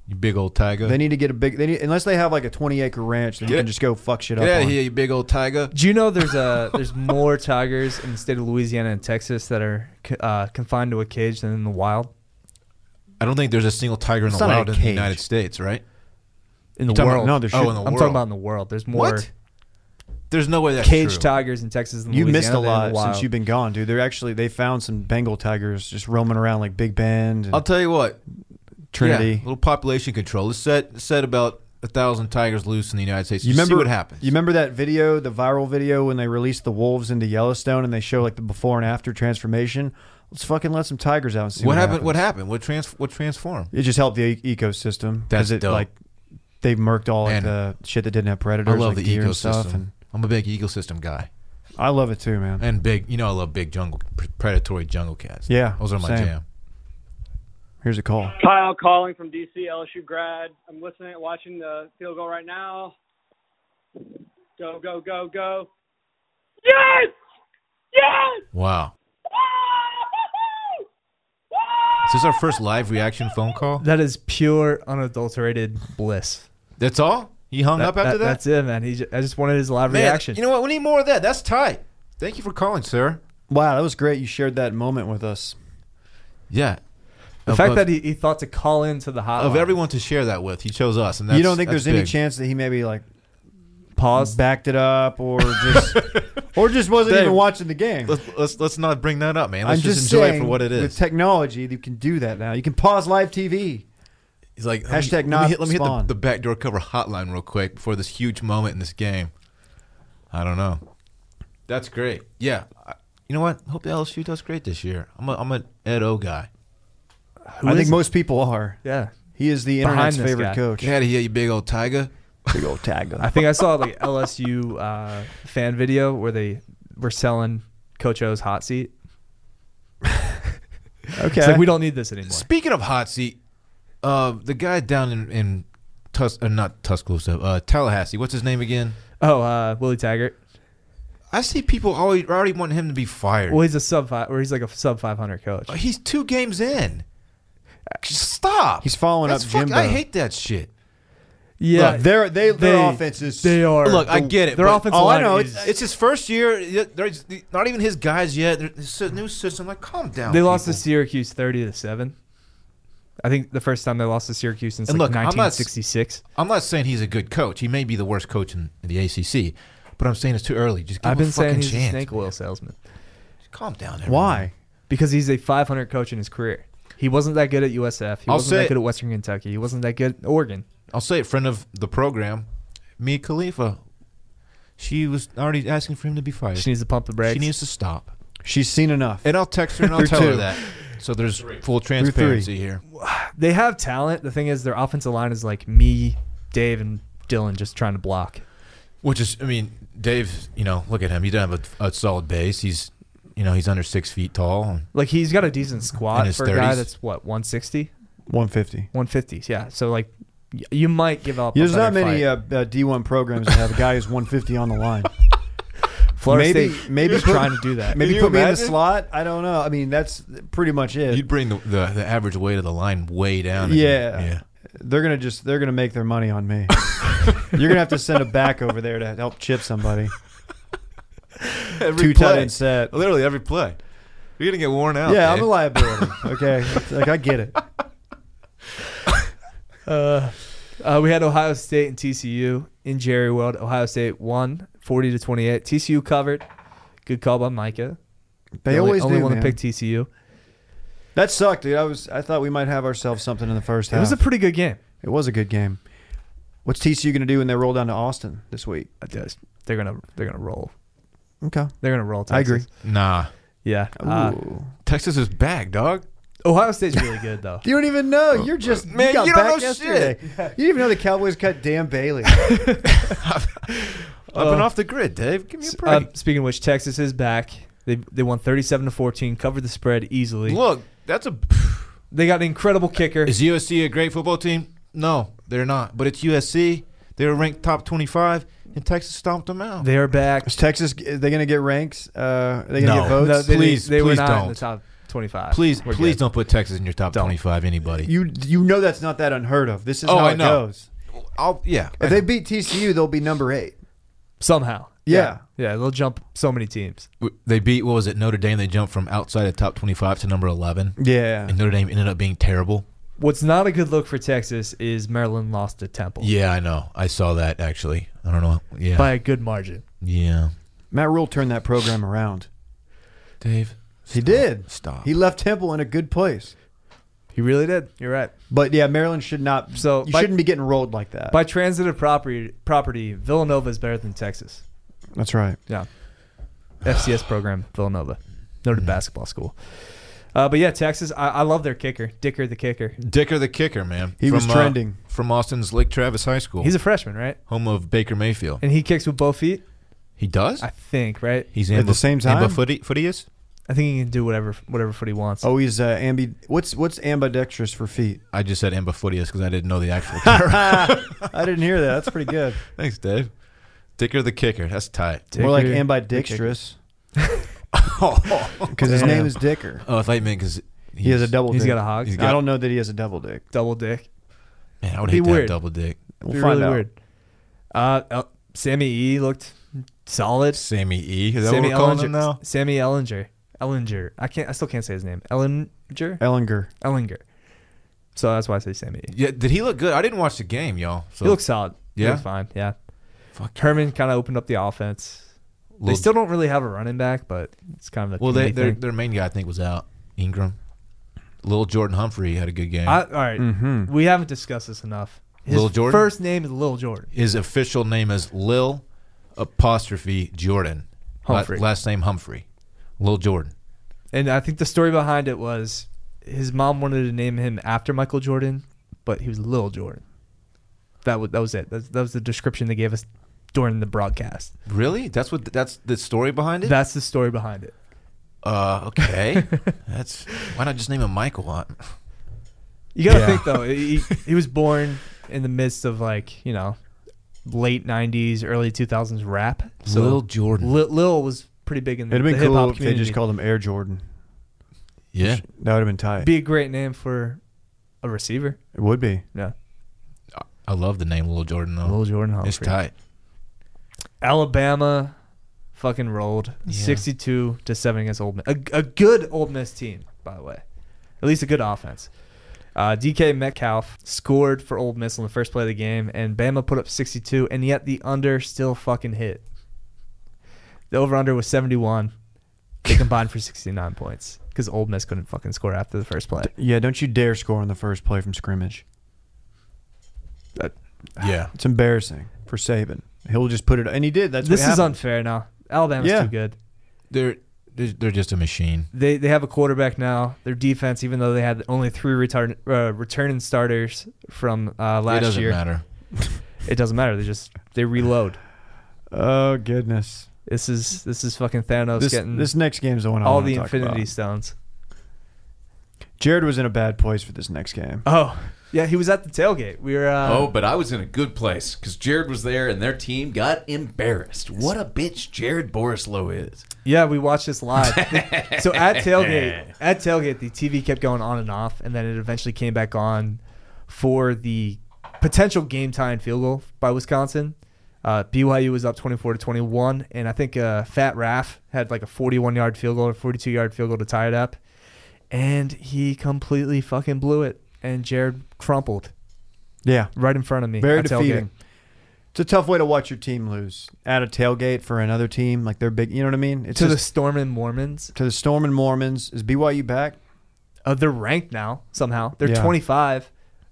B: You big old tiger.
C: They need to get a big. They need unless they have like a twenty acre ranch, then you
B: Get-
C: can just go fuck shit
B: Get
C: up.
B: out
C: on.
B: of here, you big old tiger.
A: Do you know there's a there's more tigers in the state of Louisiana and Texas that are c- uh, confined to a cage than in the wild
B: I don't think there's a single tiger in
C: It's
B: the
C: not
B: wild
C: a
B: in the
C: cage.
B: United States, right?
A: in the
B: You're talking
A: world?
B: about-
C: no, there
B: oh,
C: should-
B: in the
A: I'm
B: world.
A: talking about in the world. There's more
B: What? There's no way that's
A: cage
B: true.
A: tigers in Texas than
C: You missed
A: Louisiana than
C: a
A: in the
C: lot since
A: wild.
C: you've been gone, dude. They're actually they found some Bengal tigers just roaming around like Big Bend and
B: I'll tell you what. Yeah,
C: Trinity.
B: little population control. It's set set about a thousand tigers loose in the United States.
C: You
B: Just
C: remember
B: see what happens?
C: You remember that video, the viral video when they released the wolves into Yellowstone and they show like the before and after transformation? Let's fucking let some tigers out and see
B: what,
C: what,
B: happened?
C: happens.
B: What happened? What trans? What transformed?
C: It just helped the e- ecosystem
B: That's
C: because it
B: dope.
C: like they murked all like,
B: Man.
C: the shit that didn't have predators.
B: I love the
C: like deer And stuff,
B: ecosystem.
C: and
B: I'm a big ecosystem guy,
C: I love it too, man.
B: and big. You know, I love big jungle predatory jungle cats.
C: Yeah,
B: those are my
C: same.
B: jam.
C: Here's a call.
E: Kyle calling from DC, LSU grad. I'm listening, watching the field goal right now. Go, go, go, go. Yes! Yes!
B: Wow. Is this our first live reaction phone call?
A: That is pure unadulterated bliss.
B: That's all. He hung up after that.
A: That's it, man. He just, I just wanted his live
B: Man,
A: reaction.
B: You know what? We need more of that. That's tight. Thank you for calling, sir.
C: Wow, that was great. You shared that moment with us.
B: Yeah.
A: the
B: Of-
A: fact
B: of-
A: that he, he thought to call into the hotline
B: of everyone to share that with, he chose us, and that's,
C: you don't think
B: that's
C: there's any
B: big.
C: chance that he maybe like
A: paused.
C: backed it up or just or just wasn't
B: Dave,
C: even watching the game?
B: Let's, let's let's not bring that up, man.
C: I'm
B: Let's
C: just,
B: just, enjoy
C: saying,
B: it for what it
C: With
B: is.
C: technology, you can do that now. You can pause live TV.
B: He's like let me-
C: Hashtag
B: let me,
C: not
B: hit, let me hit the,
C: spawn.
B: the backdoor cover hotline real quick before this huge moment in this game. I don't know. That's great. Yeah. I- You know what? Hope the LSU does great this year. I'm a I'm an Ed O guy.
C: I think
A: is it?
C: most people are.
A: yeah.
C: He is the
A: Behind
C: internet's
A: this
C: favorite
A: guy.
C: coach.
B: Get out of here, you big old tiger.
C: Big old tag.
A: I think I saw like LSU uh, fan video where they were selling Coach O's hot seat.
C: Okay.
A: It's like we don't need this anymore.
B: Speaking of hot seat, uh, the guy down in in Tus- uh, not Tuscaloosa, uh, Tallahassee. What's his name again?
A: Oh, uh, Willie Taggart.
B: I see people always already want him to be fired.
A: Well, he's a sub five, or he's like a sub five hundred coach.
B: He's two games in. Stop.
C: He's following
B: That's
C: up
B: fuck-
C: Jimbo.
B: I hate that shit.
A: Yeah,
C: Look, their they, their offense is
A: They are.
B: Look, I get it.
A: Their
B: but-
A: offensive
B: oh,
A: line
B: I know.
A: is-
B: It's, it's his first year. Yeah, There's not even his guys yet. They're- It's a new system. Like, calm down.
A: they lost to
B: people.
A: Syracuse thirty to seven. I think the first time they lost to Syracuse since
B: And
A: like
B: look, I'm not s-
A: 1966.
B: I'm not saying he's a good coach. He may be the worst coach in the ACC, but I'm saying it's too early. Just give
A: I've
B: him
A: been
B: a fucking
A: saying he's a
B: chance.
A: snake oil salesman
B: Calm down. Everyone.
C: why?
A: because he's a 500 coach in his career. He wasn't that good at USF. He wasn't
B: I'll
A: that
B: say-
A: good at Western Kentucky. He wasn't that good at Oregon.
B: I'll say it, friend of the program, Mia Khalifa. She was already asking for him to be fired.
A: She needs to pump the brakes.
B: She needs to stop.
C: She's seen enough.
B: And I'll text her and I'll
C: Through
B: tell
C: two.
B: her that. So there's full transparency here.
A: they have talent. The thing is, their offensive line is like me, Dave, and Dylan just trying to block.
B: Which is, I mean, Dave, you know, look at him. He doesn't have a, a solid base. He's, you know, he's under six feet tall.
A: Like he's got a decent
B: In
A: squat
B: his
A: for a guy
B: 30s?
A: that's what 160,
C: 150.
A: 150s. Yeah, so like y- you might give up. a
C: There's not
A: better
C: many
A: fight.
C: uh, uh, D1 programs that have a guy who's 150 on the line.
A: Florida
C: maybe-
A: State
C: maybe
A: is
C: put-
A: trying to do that.
C: Maybe
B: you
C: put me in the
B: imagine?
C: slot. I don't know. I mean, that's pretty much it.
B: You'd bring the, the, the average weight of the line way down.
C: yeah.
B: Yeah.
C: They're gonna just they're gonna make their money on me. You're gonna have to send a back over there to help chip somebody. Two tight end set.
B: Literally every play. You're going to get worn out.
C: Yeah, I'm a
B: Dave.
C: liability. Okay, It's like I get it.
A: Uh, uh, we had Ohio State and TCU in Jerry World. Ohio State won 40 to 28. TCU covered. Good call by Micah.
C: They
A: only,
C: always
A: only
C: do.
A: want
C: man.
A: to pick TCU.
C: That sucked, dude. I was I thought we might have ourselves something in the first half.
A: It was a pretty good game.
C: It was a good game. What's TCU going to do when they roll down to Austin this week?
A: I just- They're gonna they're gonna roll.
C: Okay.
A: They're gonna roll. Texas.
C: I agree.
B: Nah.
A: Yeah. Uh,
C: Ooh.
B: Texas is back, dog.
A: Ohio State's really good though.
C: you don't even know.
A: Oh,
C: You're just
B: Man,
C: You, got
B: you don't
C: back
B: know
C: yesterday.
B: shit.
C: You didn't even know the Cowboys cut Dan Bailey.
B: Up and off the grid, Dave. Give me a
A: Uh,
B: break.
A: speaking of which, Texas is back. They they won 37 to 14, covered the spread easily.
B: Look, that's a.
A: They got an incredible kicker.
B: Is USC a great football team? No, they're not. But it's USC. They were ranked top 25, and Texas stomped them out.
A: They are back.
C: Is Texas? Are they going to get ranks? Uh, are they going to
B: No.
C: get votes?
A: No, they,
B: Please-
A: they were
B: please
A: not in
B: don't.
A: the top 25.
B: please,
A: We're
B: please
A: good.
B: don't put Texas in your top
A: Don't.
B: 25. Anybody?
C: You you know that's not that unheard of. This is
B: Oh,
C: how
B: I
C: it
B: know.
C: goes.
B: I'll, yeah.
C: If they beat TCU, they'll be number eight.
A: Somehow.
C: Yeah.
A: Yeah, they'll jump so many teams.
B: They beat what was it? Notre Dame. They jumped from outside of top 25 to number 11,
C: Yeah.
B: and Notre Dame ended up being terrible.
A: What's not a good look for Texas is Maryland lost to Temple
B: Yeah, I know. I saw that actually. I don't know. Yeah,
A: by a good margin.
B: yeah.
C: Matt Rule turned that program around.
B: Dave,
C: He did.
B: stop.
C: He left Temple in a good place.
A: He really did. You're right.
C: But yeah, Maryland should not.
A: So,
C: you
A: by-
C: shouldn't be getting rolled like that.
A: By transitive property, property Villanova is better than Texas.
C: That's right.
A: Yeah. FCS program, Villanova.
B: Mm-hmm.
A: Notre basketball school. Uh, but yeah, Texas, I, I love their kicker, Dicker the kicker.
B: Dicker the kicker, man.
C: He was
B: uh,
C: trending.
B: from Austin's Lake Travis High School,
A: He's a freshman, right?
B: home of Baker Mayfield.
A: And he kicks with both feet,
B: He does.
A: I think, right?
B: He's
C: At
B: amba-
C: the same time?
B: ambifooty- footy is.
A: I think he can do whatever whatever foot he wants.
C: Oh, he's uh, ambi. What's what's ambidextrous for feet?
B: I just said ambifootious because I didn't know the actual term.
C: I didn't hear that. That's pretty good.
B: Thanks, Dave. Dicker the kicker. That's tight.
C: More like
A: Dicker the
C: ambidextrous
B: oh,
C: because his
A: Damn.
C: name is Dicker.
B: I thought you meant because
C: He has a double.
A: He's
C: dick.
A: got a hog,
B: He's
C: I
B: got-
C: don't know that he has a double dick.
A: double dick.
B: Man, I would
A: Be
B: hate to
A: weird.
B: have double dick.
C: We'll
A: Be
C: find
A: really
C: out.
A: weird. Uh, uh, Sammy E looked solid.
B: Sammy E. Is that
A: Sammy
B: what we're calling
A: Ellinger.
B: him now?
A: Sammy Ellinger. Ellinger. I can't. I still can't say his name. Ellinger.
C: Ellinger.
A: Ellinger. So that's why I say Sammy. E.
B: Yeah, did he look good? I didn't watch the game, y'all. So
A: He looks solid. He
B: Yeah?
A: looks fine. Yeah.
B: Fuck.
A: Herman kind of opened up the offense. They
B: Lil-
A: still don't really have a running back, but it's kind of a
B: well. They,
A: committee
B: their
A: thing.
B: their main guy I think was out. Ingram, little Jordan Humphrey had a good game.
A: I, all right.
C: Mm-hmm.
A: We haven't discussed this enough. His
B: Lil Jordan?
A: first name is Lil Jordan.
B: His official name is Lil apostrophe Jordan. La-
A: Humphrey.
B: last name Humphrey. Lil Jordan.
A: And I think the story behind it was his mom wanted to name him after Michael Jordan, but he was Lil Jordan. That was that was it. That, that was the description they gave us during the broadcast.
B: Really? That's what. That's the story behind it.
A: That's the story behind it.
B: uh, okay. that's why not just name him Michael? I-
A: You gotta
B: Yeah.
A: think though. He, he was born in the midst of like you know late '90s, early 2000s rap. So
B: Lil Jordan.
A: Lil, Lil was pretty big in the,
C: It'd have
A: the
C: been
A: hip hop
C: cool if they
A: community.
C: just called him Air Jordan.
B: yeah.
C: That would have been tight.
A: Be a great name for a receiver.
C: It would be.
A: Yeah,
B: I love the name Little Jordan though.
A: Lil Jordan Oh, Humphrey.
B: it's tight.
A: Alabama fucking rolled 62 to 7 against Old Miss. A, a good Old Miss team, by the way. At least a good offense. Uh, DK Metcalf scored for Old Miss on the first play of the game, and Bama put up 62, and yet the under still fucking hit. The over under was 71. They combined for 69 points because Old Miss couldn't fucking score after the first play.
C: Yeah, don't you dare score on the first play from scrimmage.
A: Ah.
B: Yeah.
C: It's embarrassing for Saban. He'll just put it, and he did. That's
A: this
C: what
A: is
C: happened.
A: unfair now. Alabama's
C: Yeah.
A: too good.
B: They're they're they're just a machine.
A: they they have a quarterback now. Their defense, even though they had only three return uh, returning starters from uh,
B: it
A: last
B: doesn't
A: year,
B: matter.
A: it doesn't matter. They just they reload.
C: oh goodness.
A: This is this is fucking Thanos
C: This,
A: getting
C: this next game's the one I
A: all
C: wanna
A: the
C: talk
A: Infinity
C: about.
A: Stones.
C: Jared was in a bad place for this next game.
A: Oh yeah, he was at the tailgate. We were uh,
D: Oh, but I was in a good place because Jared was there and their team got embarrassed. What a bitch Jared Borislow is.
A: yeah, we watched this live. so at tailgate, at tailgate, the TV kept going on and off, and then it eventually came back on for the potential game tying field goal by Wisconsin. Uh, BYU was up 24 to 21, and I think uh, Fat Raff had like a 41 yard field goal or 42 yard field goal to tie it up, and he completely fucking blew it, and Jared crumpled
C: Yeah,
A: right in front of me.
C: very
A: at tailgate.
C: defeating. It's a tough way to watch your team lose at a tailgate for another team like they're big. You know what I mean? It's
A: To the
C: just,
A: Stormin' Mormons,
C: to the Storm and Mormons. Is BYU back?
A: uh, they're ranked now somehow. They're
C: Yeah.
A: 25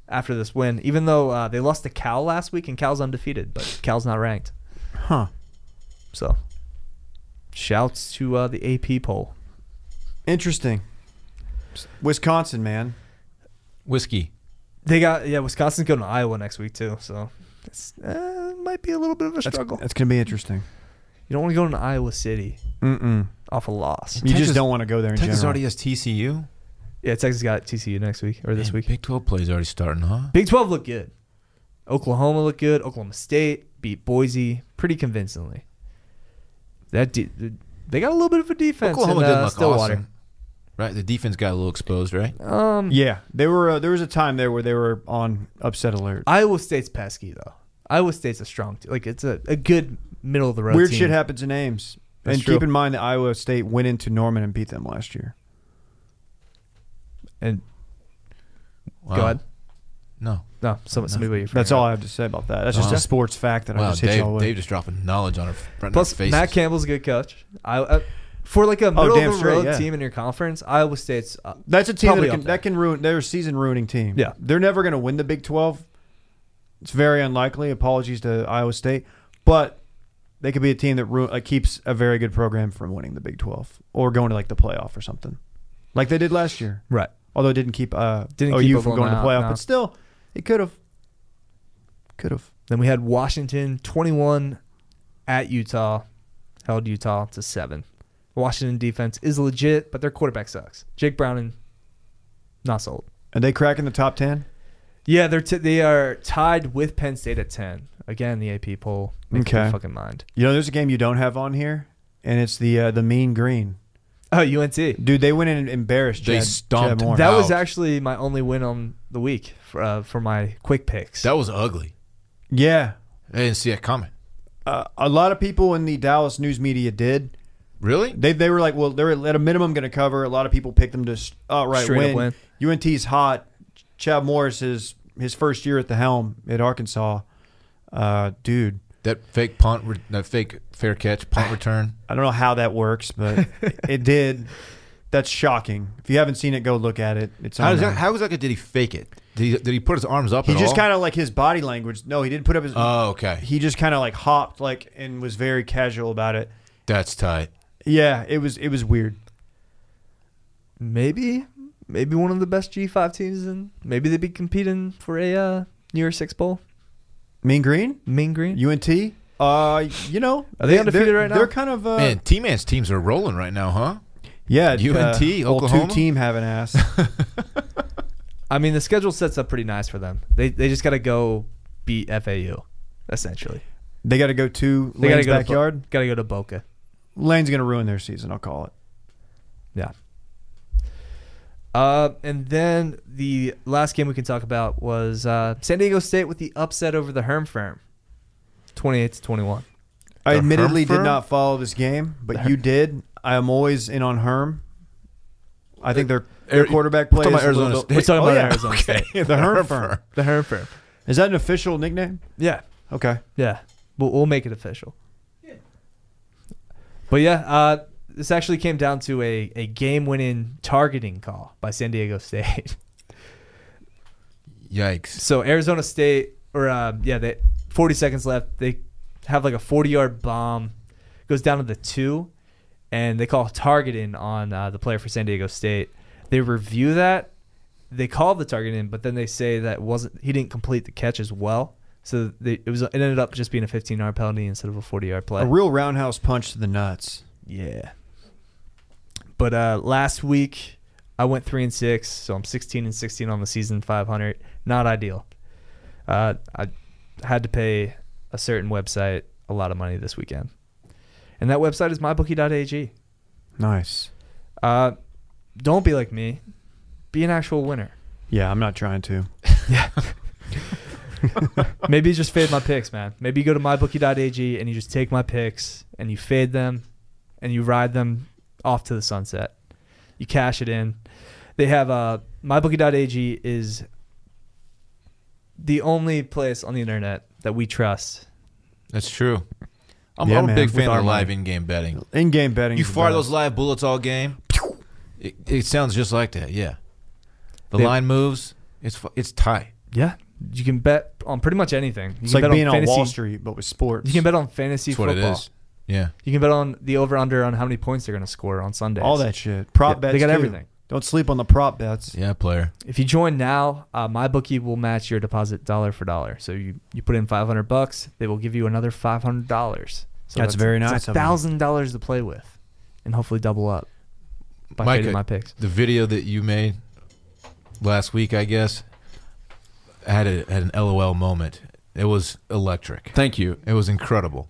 A: after this win, even though uh, they lost to Cal last week and Cal's undefeated, but Cal's not ranked.
C: Huh.
A: So, shouts to uh, the AP poll.
C: Interesting. Wisconsin, man.
B: Whiskey.
A: They got yeah. Wisconsin's going to Iowa next week too, so it's uh, might be a little bit of a struggle.
C: That's gonna be interesting.
A: you don't want to go into Iowa City
C: Mm-mm.
A: off a loss.
C: You
B: Texas-
C: just don't want to go there in
B: Texas
C: general.
B: already has TCU.
A: Yeah, Texas got TCU next week or this
B: Man,
A: week.
B: Big Twelve plays already starting, huh?
A: Big Twelve looked good. Oklahoma looked good. Oklahoma State beat Boise pretty convincingly. That de- they got a little bit of a defense.
B: Oklahoma
A: in,
B: didn't
A: uh,
B: look
A: Stillwater.
B: awesome. Right, the defense got a little exposed, right?
A: Um,
C: yeah, they were. Uh, there was a time there where they were on upset alert.
A: Iowa State's pesky though. Iowa State's a strong team. Like it's a, a good middle of the road.
C: Weird
A: team.
C: shit happens in Ames.
A: That's
C: and
A: true.
C: keep in mind that Iowa State went into Norman and beat them last year.
A: And
B: Wow.
A: go ahead.
B: No.
A: No, some, somebody what you're
C: That's
A: figuring
C: all
A: out.
C: I have to say about that. That's just
B: Wow.
C: a sports fact that I
B: Wow,
C: just hit
B: Dave,
C: y'all with.
B: Dave just dropping knowledge on our front
A: Plus,
B: face.
A: Matt Campbell's a good coach. I uh, for like a middle
C: Oh, damn
A: of the
C: straight,
A: road
C: yeah.
A: team in your conference. Iowa State's uh,
C: That's a team
A: Probably
C: that can,
A: up there.
C: that can ruin. They're a season ruining team.
A: Yeah.
C: they're never going to win the Big Twelve. It's very unlikely. Apologies to Iowa State, but they could be a team that ru- uh, keeps a very good program from winning the Big Twelve or going to like the playoff or something, like they did last year.
A: right.
C: Although it didn't keep uh,
A: Didn't
C: OU
A: keep
C: from
A: Oklahoma
C: going to the
A: out,
C: playoff,
A: no.
C: but still, it could have. Could have.
A: Then we had Washington 21 at Utah, held Utah to seven. Washington defense is legit, but their quarterback sucks. Jake Browning, not sold.
C: Are they cracking the top ten?
A: Yeah, they're t- they are tied with Penn State at 10. Again, the AP poll. Make okay.
C: Okay.
A: fucking mind.
C: You know, there's a game you don't have on here, and it's the uh, the Mean Green
A: Oh, UNT.
C: dude. They went in and embarrassed.
B: They
C: Chad-
B: stomped
C: Chad Moore.
A: That was
B: Out.
A: actually my only win on the week for, uh, for my quick picks.
B: that was ugly.
C: yeah.
B: I didn't see it coming.
C: uh, a lot of people in the Dallas news media did.
B: Really?
C: They, they were like, well, they're at a minimum going to cover. A lot of people picked them to s- outright
A: Straight up
C: win.
A: win.
C: UNT's hot. Chad Morris is his first year at the helm at Arkansas. Uh, dude,
B: That fake punt, re- that fake fair catch, punt return.
C: I don't know how that works, but it did. That's shocking. If you haven't seen it, go look at it. It's
B: How,
C: on
B: does
C: there.
B: that, how was that? Did he fake it? Did he, did he put his arms up?
C: he
B: at
C: just
B: all?
C: kind of like his body language. No, he didn't put up his.
B: Oh, okay.
C: he just kind of like hopped like and was very casual about it.
B: That's tight.
C: Yeah, it was it was weird.
A: maybe maybe one of the best G5 teams in maybe they'd be competing for a uh, New Year's Six bowl.
C: Mean Green.
A: Mean Green.
C: UNT? Uh, you know,
A: Are they
C: they're-
A: undefeated
C: they're,
A: right now?
C: They're kind of uh,
B: Man, T-Man's teams are rolling right now, huh?
C: yeah,
B: UNT,
C: uh, old
B: Oklahoma?
C: two team have an ass.
A: I mean, the schedule sets up pretty nice for them. They they just got to go beat FAU, essentially.
C: they got to go to
A: They
C: Lane's
A: gotta go
C: backyard.
A: Got to go to Boca.
C: Lane's gonna ruin their season. I'll call it.
A: Yeah. Uh, and then the last game we can talk about was uh, San Diego State with the upset over the Herm Firm, twenty-eight to twenty-one.
C: I
B: The
C: admittedly did
B: Hermfer?
C: not follow this game, but you did. I am always in on Herm. I think their their
B: Ari-
C: quarterback
B: we're
C: play
B: talking
C: is
B: about
C: a little
B: Arizona
C: bit-
A: We're talking
C: Oh,
A: about
C: yeah.
A: Arizona State,
C: the Herm firm.
A: the Herm Firm.
C: Is that an official nickname?
A: Yeah,
C: Okay.
A: yeah. We'll, we'll make it official. But yeah, uh, this actually came down to a, a game-winning targeting call by San Diego State.
B: Yikes.
A: So Arizona State, or uh, yeah, they 40 seconds left. They have like a 40 yard bomb, goes down to the two, and they call targeting on uh, the player for San Diego State. They review that, they call the targeting, but then they say that wasn't he didn't complete the catch as well. So they, it was it ended up just being a 15 yard penalty instead of a 40 yard play.
C: A real roundhouse punch to the nuts.
A: Yeah. But uh, last week I went three and six, so I'm 16 and 16 on the season 500. Not ideal. Uh, I had to pay a certain website a lot of money this weekend, and that website is mybookie.ag.
C: Nice.
A: Uh, don't be like me. Be an actual winner.
C: Yeah, I'm not trying to.
A: Yeah. Maybe you just fade my picks, man. Maybe you go to mybookie.ag and you just take my picks and you fade them and you ride them off to the sunset. You cash it in. They have uh mybookie.ag is the only place on the internet that we trust.
B: That's true. I'm,
C: Yeah,
B: I'm a
C: man,
B: big
C: with
B: fan
C: our
B: of live
C: money.
B: in game betting.
C: In game betting.
B: You
C: is the
B: fire
C: best.
B: those live bullets all game. It, it sounds just like that. Yeah. The
A: They-
B: line moves. It's fu- it's tight.
A: Yeah. You can bet on pretty much anything. You
C: It's
A: can bet
C: like
A: on
C: being on,
A: fantasy.
C: Wall Street, but with sports.
A: You can bet on fantasy
B: That's what
A: football.
B: it is. Yeah.
A: You can bet on the over under on how many points they're going to score on Sundays.
C: all that shit. Prop
A: Yeah,
C: bets.
A: They got
C: too.
A: everything.
C: Don't sleep on the prop bets.
B: Yeah, player.
A: If you join now, uh, my bookie will match your deposit dollar for dollar. So you, you put in five hundred bucks, they will give you another five hundred dollars. So
C: That's very nice of them.
A: thousand dollars to play with, and hopefully double up by
B: Micah.
A: fading my picks.
B: The video that you made last week, I guess, had a had an LOL moment. It was electric.
D: Thank you.
B: It was incredible.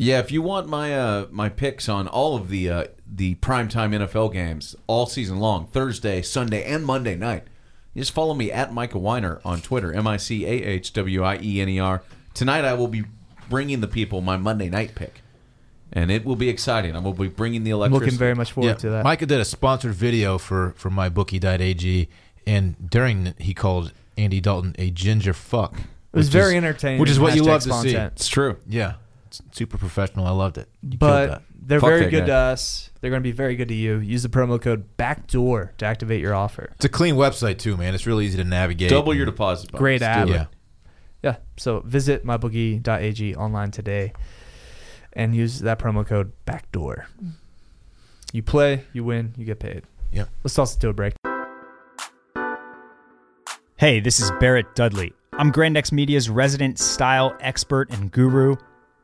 D: Yeah, if you want my uh, my picks on all of the uh, the primetime NFL games all season long, Thursday, Sunday, and Monday night, you just follow me at Micah Weiner on Twitter, M I C A H W I E N E R. Tonight I will be bringing the people my Monday night pick, and it will be exciting. I will be bringing the
A: I'm
D: electricity.
A: looking very much forward to that.
B: Micah did a sponsored video for for mybookie.ag, and during it, he called Andy Dalton a ginger fuck.
A: it was
B: which
A: very
B: is-
A: entertaining,
B: which is what you
A: Hashtag
B: love to see.
A: content.
D: It's true.
B: Yeah, it's super professional. I loved it. You killed
A: But
B: that.
A: they're
D: Fuck
A: very
D: that
A: good
D: guy.
A: to us. They're going to be very good to you. Use the promo code Backdoor to activate your offer.
B: it's a clean website too, man. It's really easy to navigate.
D: Double your
B: And-
D: deposit. bonus.
A: Great app.
B: Yeah,
A: yeah. So visit mybookie.ag online today and use that promo code backdoor. You play, you win, you get paid.
B: Mm. yeah.
A: Let's toss it to a break.
F: Hey, this is Barrett Dudley. I'm Grand X Media's resident style expert and guru,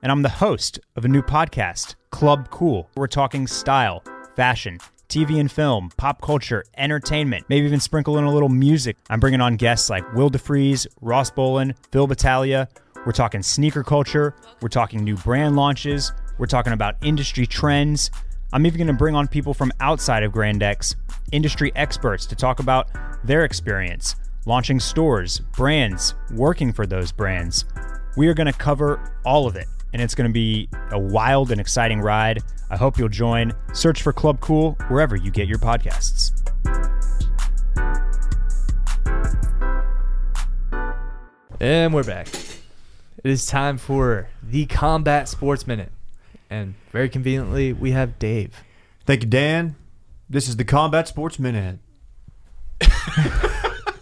F: and I'm the host of a new podcast, Club Cool. We're talking style, fashion, TV and film, pop culture, entertainment, maybe even sprinkle in a little music. I'm bringing on guests like Will DeFries, Ross Bolin, Phil Battaglia. We're talking sneaker culture, we're talking new brand launches, we're talking about industry trends. I'm even going to bring on people from outside of Grand X, industry experts, to talk about their experience launching stores, brands, working for those brands. We are going to cover all of it, and it's going to be a wild and exciting ride. I hope you'll join. Search for Club Cool wherever you get your podcasts.
A: And we're back. It is time for the Combat Sports Minute. And very conveniently, we have Dave.
C: Thank you, Dan. This is the Combat Sports Minute.
B: that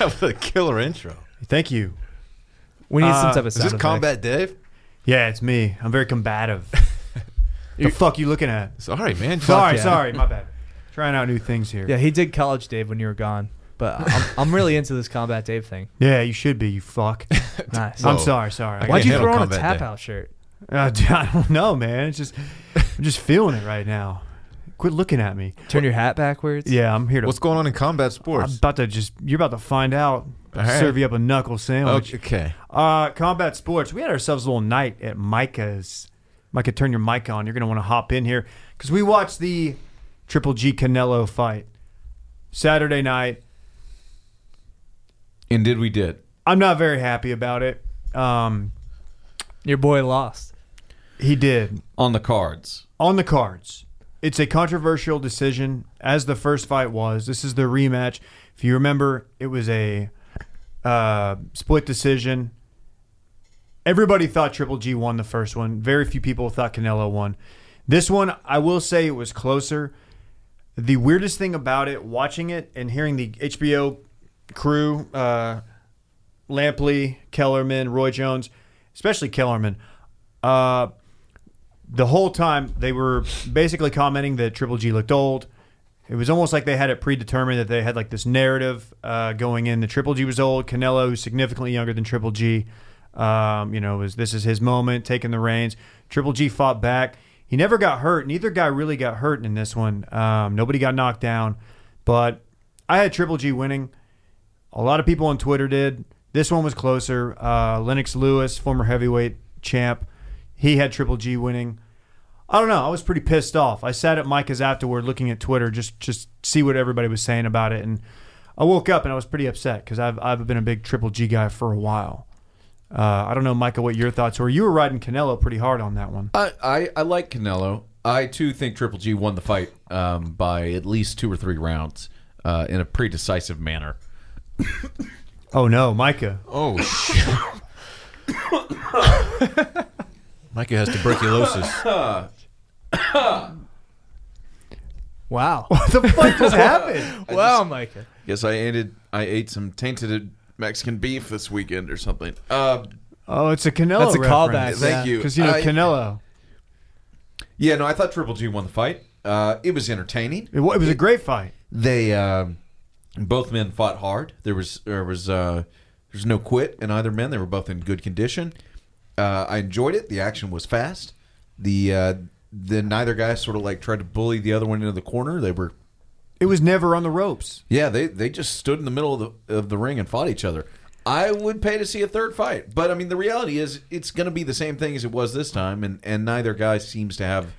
B: was a killer intro.
C: Thank you.
A: We need some
C: Uh,
A: type of
B: Is
A: sound
B: this
A: effect.
B: combat, Dave?
C: Yeah, it's me. I'm very combative. the fuck you looking at?
B: Sorry, man.
C: Sorry,
A: yeah.
C: sorry, my bad. Trying out new things here.
A: Yeah, he did college Dave when you were gone. But I'm, I'm really into this Combat Dave thing.
C: Yeah, you should be, you fuck.
A: Nice.
B: Whoa.
C: I'm sorry, sorry. I
A: Why'd
B: can't
A: you
B: handle
A: throw on a
B: Combat
A: tap
B: Dave.
A: out shirt?
C: Uh, dude, I don't know, man. It's just I'm just feeling it right now. Quit looking at me.
A: Turn your hat backwards?
C: Yeah, I'm here to.
B: What's going on in combat
C: I'm
B: sports?
C: about to just. You're about to find out.
B: All right.
C: Serve you up a knuckle sandwich.
B: okay.
C: Uh, combat sports. We had ourselves a little night at Micah's. Micah, turn your mic on. You're gonna want to hop in here because we watched the Triple G Canelo fight. Saturday night.
D: And did we did?
C: I'm not very happy about it. Um,
A: Your boy lost.
C: he did
D: On the cards.
C: on the cards. It's a controversial decision, as the first fight was. This is the rematch. If you remember, it was a uh, split decision. Everybody thought Triple G won the first one. Very few people thought Canelo won. This one, I will say, it was closer. The weirdest thing about it, watching it and hearing the HBO crew, uh, Lampley, Kellerman, Roy Jones, especially Kellerman, uh, the whole time they were basically commenting that Triple G looked old. It was almost like they had it predetermined that they had like this narrative uh, going in. The Triple G was old. Canelo, who's significantly younger than Triple G, um, you know, was this is his moment, taking the reins. Triple G fought back. He never got hurt. Neither guy really got hurt in this one. Um, nobody got knocked down. But I had Triple G winning. A lot of people on Twitter did. This one was closer. Uh, Lennox Lewis, former heavyweight champ, he had Triple G winning. I don't know. I was pretty pissed off. I sat at Micah's afterward, looking at Twitter, just just see what everybody was saying about it, and I woke up and I was pretty upset because I've I've been a big Triple G guy for a while. Uh, I don't know, Micah, what your thoughts were. You were riding Canelo pretty hard on that one.
D: I, I, I like Canelo. I too think Triple G won the fight um, by at least two or three rounds uh, in a pretty decisive manner.
C: Oh no, Micah!
B: Oh shit. Micah has tuberculosis.
A: Wow.
C: What the fuck just happened?
A: wow, Micah.
D: Guess I ended, I ate some tainted Mexican beef this weekend or something. Uh,
C: Oh, it's a Canelo.
A: That's a callback.
D: Thank
A: yeah.
D: you.
C: Because you know
D: I-
C: Canelo,
D: yeah, no, I thought Triple G won the fight. Uh, it was entertaining.
C: it, wa- it was a great fight.
D: they um, both men fought hard. There was there was uh, there's no quit in either men. They were both in good condition. Uh, I enjoyed it. The action was fast. The uh, the neither guy sort of like tried to bully the other one into the corner. They were
C: It was never on the ropes.
D: yeah they they just stood in the middle of the of the ring and fought each other. I would pay to see a third fight, but I mean the reality is it's going to be the same thing as it was this time, and and neither guy seems to have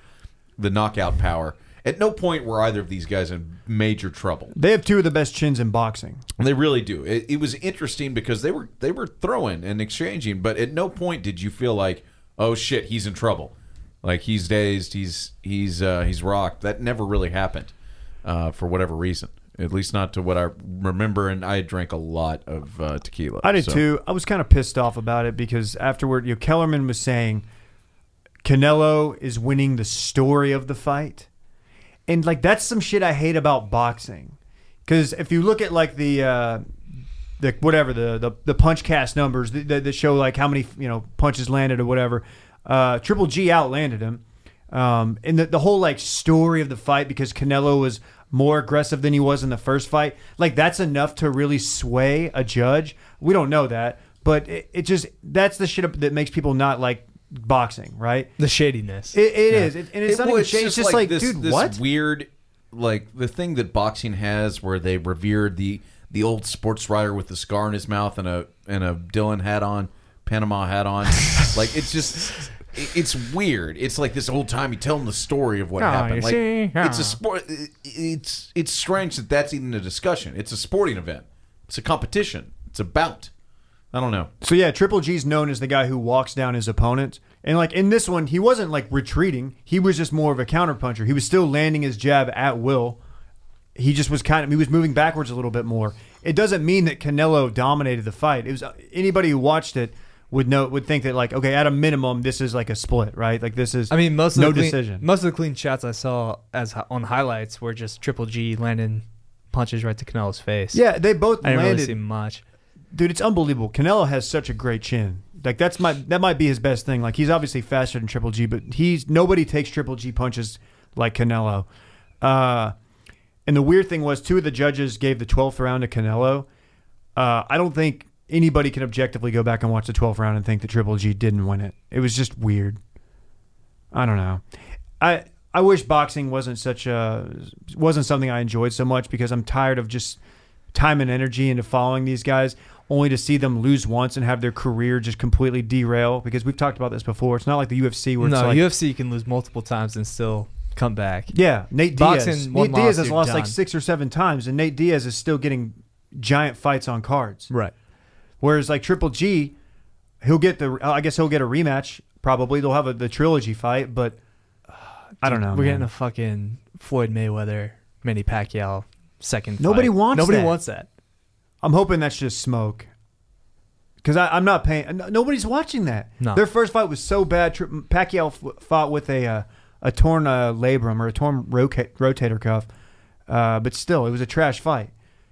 D: the knockout power. At no point were either of these guys in major trouble.
C: They have two of the best chins in boxing.
D: They really do. It, it was interesting because they were they were throwing and exchanging, but at no point did you feel like, oh shit, he's in trouble, like he's dazed, he's he's uh, he's rocked. That never really happened, uh, for whatever reason. At least not to what I remember. And I drank a lot of uh, tequila.
C: I did
D: so-
C: too. I was kind of pissed off about it because afterward, you know, Kellerman was saying Canelo is winning the story of the fight, and like that's some shit I hate about boxing. Because if you look at like the uh, the whatever the the, the punch cast numbers that, that, that show like how many you know punches landed or whatever, uh, Triple G outlanded him. Um, and the, the whole like story of the fight because Canelo was more aggressive than he was in the first fight, like that's enough to really sway a judge. We don't know that, but it, it just that's the shit that makes people not like boxing, right?
A: The shadiness.
C: It, it is, It- and it's not
D: well,
C: even shade. It's just like,
D: this,
C: dude,
D: this
C: what?
D: weird, like the thing that boxing has, where they revered the the old sports writer with the scar in his mouth and a and a Dylan hat on, Panama hat on. like it's just. it- It's weird. It's like this old timey telling the story of
C: Oh,
D: what
A: Ah, you
D: happened. Like
A: see?
D: it's a sport. it- It's it's strange that that's even a discussion. It's a sporting event. It's a competition. It's a bout. I don't know.
C: So yeah, Triple G's known as the guy who walks down his opponent. And like in this one, he wasn't like retreating. He was just more of a counterpuncher. He was still landing his jab at will. He just was kind of he was moving backwards a little bit more. It doesn't mean that Canelo dominated the fight. It was uh, anybody who watched it would know would think that like okay, at a minimum this is like a split, right? Like this is
A: I mean, most of
C: no
A: the clean,
C: decision.
A: Most of the clean shots I saw as hi- on highlights were just Triple G landing punches right to Canelo's face.
C: yeah, they both
A: I didn't
C: landed.
A: really see much.
C: dude, it's unbelievable. Canelo has such a great chin. Like that's my that might be his best thing. Like he's obviously faster than Triple G, but he's nobody takes Triple G punches like Canelo. Uh, and the weird thing was, two of the judges gave the twelfth round to Canelo. Uh, I don't think anybody can objectively go back and watch the twelfth round and think that Triple G didn't win it. It was just weird. I don't know. I I wish boxing wasn't such a wasn't something I enjoyed so much because I'm tired of just time and energy into following these guys only to see them lose once and have their career just completely derail because we've talked about this before. It's not like the UFC where it's
A: no,
C: like
A: UFC you can lose multiple times and still come back.
C: Yeah, Nate Diaz.
A: Boxing, one
C: Nate Diaz has
A: lawsuit,
C: lost like
A: done.
C: six or seven times, and Nate Diaz is still getting giant fights on cards.
A: Right.
C: Whereas like Triple G, he'll get the. I guess he'll get a rematch. Probably they'll have a, the trilogy fight, but uh, I don't know.
A: We're
C: man.
A: getting a fucking Floyd Mayweather, Manny Pacquiao second.
C: Nobody
A: fight.
C: wants
A: Nobody
C: that.
A: wants that.
C: I'm hoping that's just smoke. Because I'm not paying. n- Nobody's watching that.
A: No.
C: Their first fight was so bad. Tri- Pacquiao f- fought with a uh, a torn uh, labrum or a torn roca- rotator cuff, uh, but still, it was a trash fight.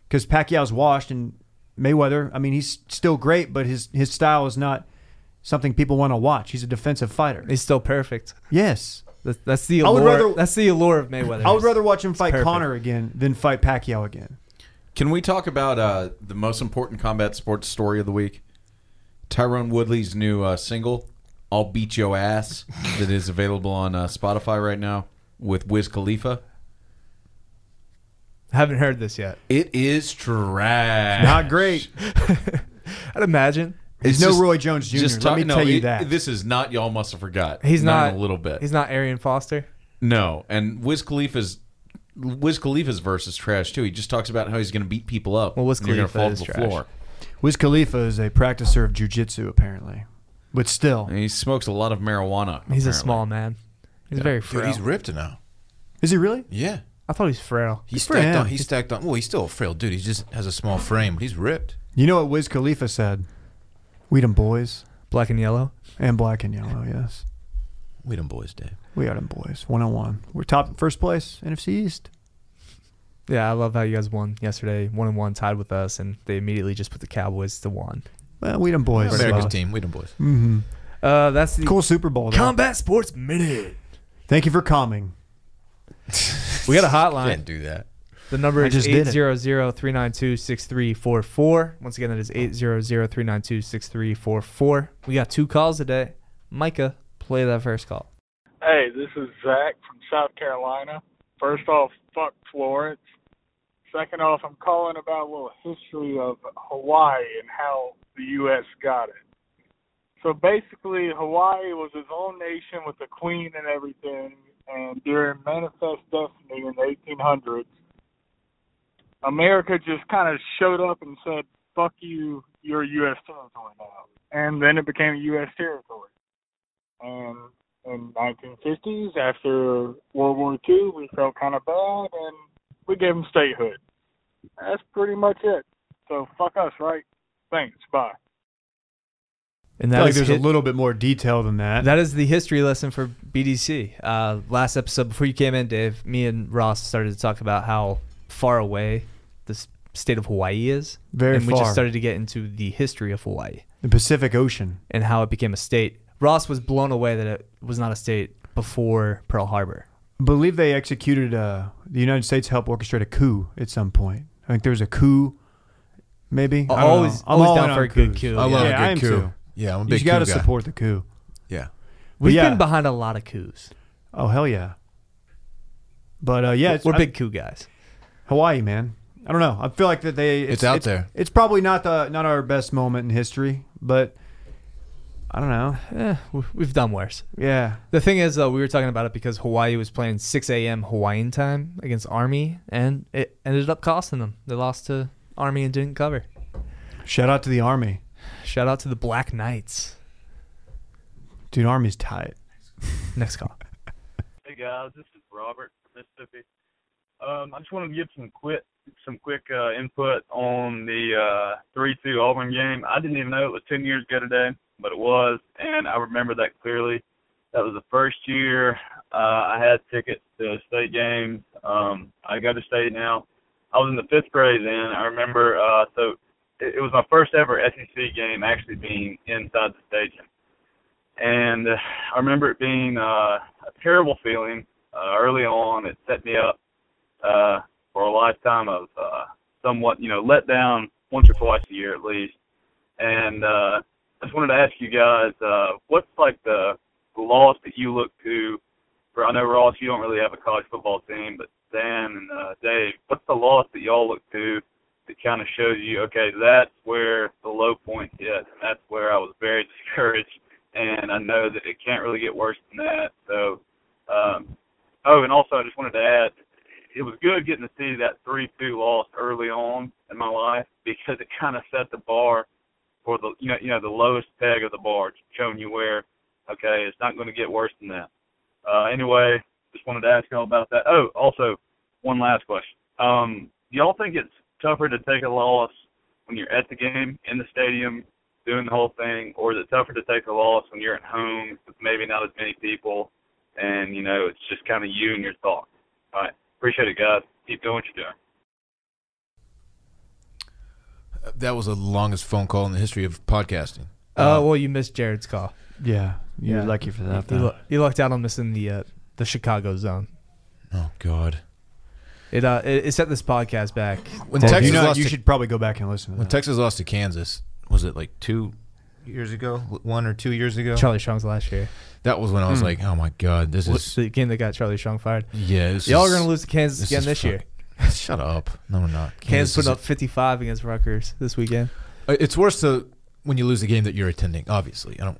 C: Because Pacquiao's washed and Mayweather. I mean, he's still great, but his his style is not something people want to watch. He's a defensive fighter.
A: He's still perfect.
C: Yes,
A: That- That's the
C: I would
A: allure.
C: rather-
A: that's the allure of Mayweather.
C: I would rather watch him fight
A: perfect.
C: Connor again than fight Pacquiao again.
D: Can we talk about uh, the most important combat sports story of the week? Tyrone Woodley's new uh, single, "I'll Beat Yo Ass," that is available on uh, Spotify right now with Wiz Khalifa.
A: haven't heard this yet.
D: It is trash.
C: Not great.
A: I'd imagine
C: He's
D: It's
C: no
D: just-
C: Roy Jones Jr.
D: Just
C: Let
D: talk,
C: me
D: no,
C: tell you
D: it-
C: that.
D: this is not. Y'all must have forgot.
A: he's not,
D: even a little bit.
A: He's not Arian Foster.
D: No, and Wiz Khalifa's Wiz Khalifa's verse is trash too. He just talks about how he's going to beat people up.
A: Well, Wiz
D: and you're gonna
A: Khalifa is trash.
C: Wiz Khalifa is a practicer of jujitsu, apparently. But still,
D: And he smokes a lot of marijuana.
A: He's
D: apparently.
A: a small man. He's very
B: Dude,
A: frail.
B: he's ripped now.
C: is he really?
B: Yeah.
A: I thought he was frail.
B: He's
C: for
B: stacked
C: him.
B: on. He's stacked on. Well, he's still a frail dude. He just has a small frame, but he's ripped.
C: You know what Wiz Khalifa said? We them boys
A: Black and yellow.
C: and black and yellow. Yes,
B: We them boys, Dave.
C: we are them boys. One on one, we're top first place NFC East.
A: Yeah, I love how you guys won yesterday. One and one tied with us, and they immediately just put the Cowboys to one.
C: Well, we them boys.
B: America's team. We them boys.
A: Uh, that's the
C: Cool Super Bowl. though.
A: combat sports minute.
C: Thank you for calming.
A: We got a hotline.
B: Can't do that.
A: The number
C: I
A: is
C: just did it.
A: 800-392-6344. Once again, that is 800-392-6344. We got two calls today. Micah, play that first call.
E: Hey, this is Zach from South Carolina. First off, fuck Florence. Second off, I'm calling about a little history of Hawaii and how the U.S. got it. So basically, Hawaii was its own nation with a queen and everything, and during Manifest Destiny in the 1800s, America just kind of showed up and said, fuck you, you're U.S. territory now. And then it became a U.S. territory. And in 1950s after World War II. We felt kind of bad, and we gave them statehood. That's pretty much it. So fuck us, right? Thanks. Bye.
A: And
C: I
A: that
C: feel like
A: is
C: there's
A: hit-
C: a little bit more detail than that.
A: That is the history lesson for BDC. Uh, last episode, before you came in, Dave, me and Ross started to talk about how far away the s- state of Hawaii is.
C: Very
A: and we
C: far.
A: just started to get into the history of Hawaii
C: the Pacific Ocean.
A: and how it became a state. Ross was blown away that it was not a state before Pearl Harbor.
C: believe they executed uh, the United States helped orchestrate a coup at some point. I think there was a coup, maybe. I don't know.
A: Always-
C: I'm
A: always
C: all
A: down
C: in
A: for
C: on
A: a good
C: coups.
A: coup.
B: I love
C: Oh, yeah, I
B: a
C: am
B: good coup.
C: too.
B: Yeah, I'm a
C: You
B: big
C: got to
B: coup guy.
C: support the coup.
B: Yeah.
A: We've
C: yeah.
A: been behind a lot of coups.
C: Oh hell yeah! But uh, yeah, it's,
A: We're
C: I-
A: big coup guys.
C: Hawaii, man. I don't know. I feel like that they.
B: It's out there.
C: It's probably not the not our best moment in history, but I don't know.
A: Eh, we- we've done worse.
C: Yeah,
A: The thing is, though, we were talking about it because Hawaii was playing 6 a.m. Hawaiian time against Army, and it ended up costing them. They lost to Army and didn't cover.
C: shout out to the army,
A: Shout out to the Black Knights.
C: dude. Army's tight.
A: Next call.
E: Hey guys, this is Robert from Mississippi. Um, I just wanted to give some quick some quick uh, input on the uh, three two Auburn game. I didn't even know it was ten years ago today, but it was, and I remember that clearly. That was the first year uh, I had tickets to state games. Um, I go to state now. I was in the fifth grade then. I remember uh, so it, it was my first ever SEC game actually being inside the stadium and uh, I remember it being uh, a terrible feeling uh, early on. It set me up uh, for a lifetime of uh, somewhat, you know, let down once or twice a year at least. And uh, I just wanted to ask you guys, uh, what's like the, the laws that you look to? For I know Ross, you don't really have a college football team, but Dan and uh, Dave, what's the laws that y'all look to that kind of shows you, okay, that's where the low point hit. That's where I was very discouraged, and I know that it can't really get worse than that. So, um, Oh, and also I just wanted to add, it was good getting to see that three-two loss early on in my life because it kind of set the bar for the you know you know the lowest peg of the bar, showing you where okay it's not going to get worse than that. Uh, anyway, just wanted to ask y'all about that. Oh, also one last question. Um, do y'all think it's tougher to take a loss when you're at the game in the stadium doing the whole thing, or is it tougher to take a loss when you're at home with maybe not as many people, and you know it's just kind of you and your thoughts? All right, appreciate it, guys. Keep doing what you're doing.
B: Uh, That was the longest phone call in the history of podcasting.
A: Uh, well, you missed Jared's call.
C: Yeah, you're
A: Yeah.
C: lucky for that.
A: You,
C: though.
A: lu- you lucked out on missing the uh, the Chicago zone.
B: Oh God!
A: It, uh, it it set this podcast back.
B: When
C: Well,
B: Texas
C: you know,
B: lost
C: you
B: to-
C: should probably go back and listen to
B: when
C: that.
B: Texas lost to Kansas, was it like two years ago? One or two years ago?
A: Charlie Strong's last year.
B: That was when I
C: Hmm.
B: was like, oh my God, this
A: What's
B: is
A: the game that got Charlie Strong fired?
B: yeah. This
A: Y'all
B: is,
A: are gonna lose to Kansas again
B: is
A: this year.
B: fuck- Shut up! No, we're not.
A: Kansas
B: is
A: putting up 55 against Rutgers this weekend.
B: Uh, It's worse to when you lose the game that you're attending. Obviously, I don't.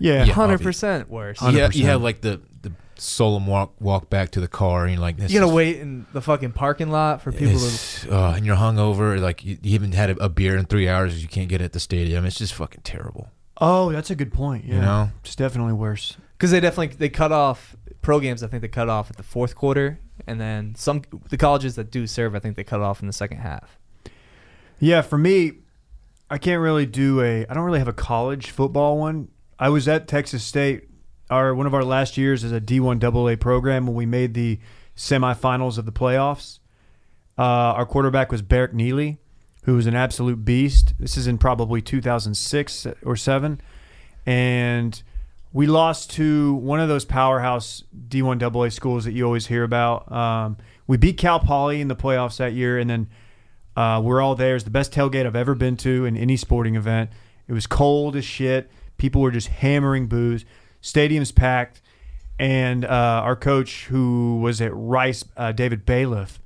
C: yeah.
B: Yeah.
A: Hundred percent worse.
B: Yeah, you
C: 100%.
B: have like the the solemn walk walk back to the car, and you're like, this
A: You gotta
B: is-
A: wait in the fucking parking lot for people to.
B: it's- uh, and you're hungover, like you, you haven't had a, a beer in three hours. You can't get it at the stadium. It's just fucking terrible.
C: Oh, that's a good point. Yeah.
B: know?
C: It's definitely worse.
A: Because they definitely they cut off pro games. I think they cut off at the fourth quarter, and then some the colleges that do serve. I think they cut off in the second half.
C: Yeah, for me, I can't really do a. I don't really have a college football one. I was at Texas State. Our one of our last years as a D1 AA program when we made the semifinals of the playoffs. Uh, our quarterback was Barrett Neely, who was an absolute beast. This is in probably 2006 or seven, and we lost to one of those powerhouse D1 AA schools that you always hear about. Um, we beat Cal Poly in the playoffs that year, and then uh, we're all there. It's the best tailgate I've ever been to in any sporting event. It was cold as shit. People were just hammering booze. Stadium's packed. And uh, our coach, who was at Rice, uh, David Bailiff,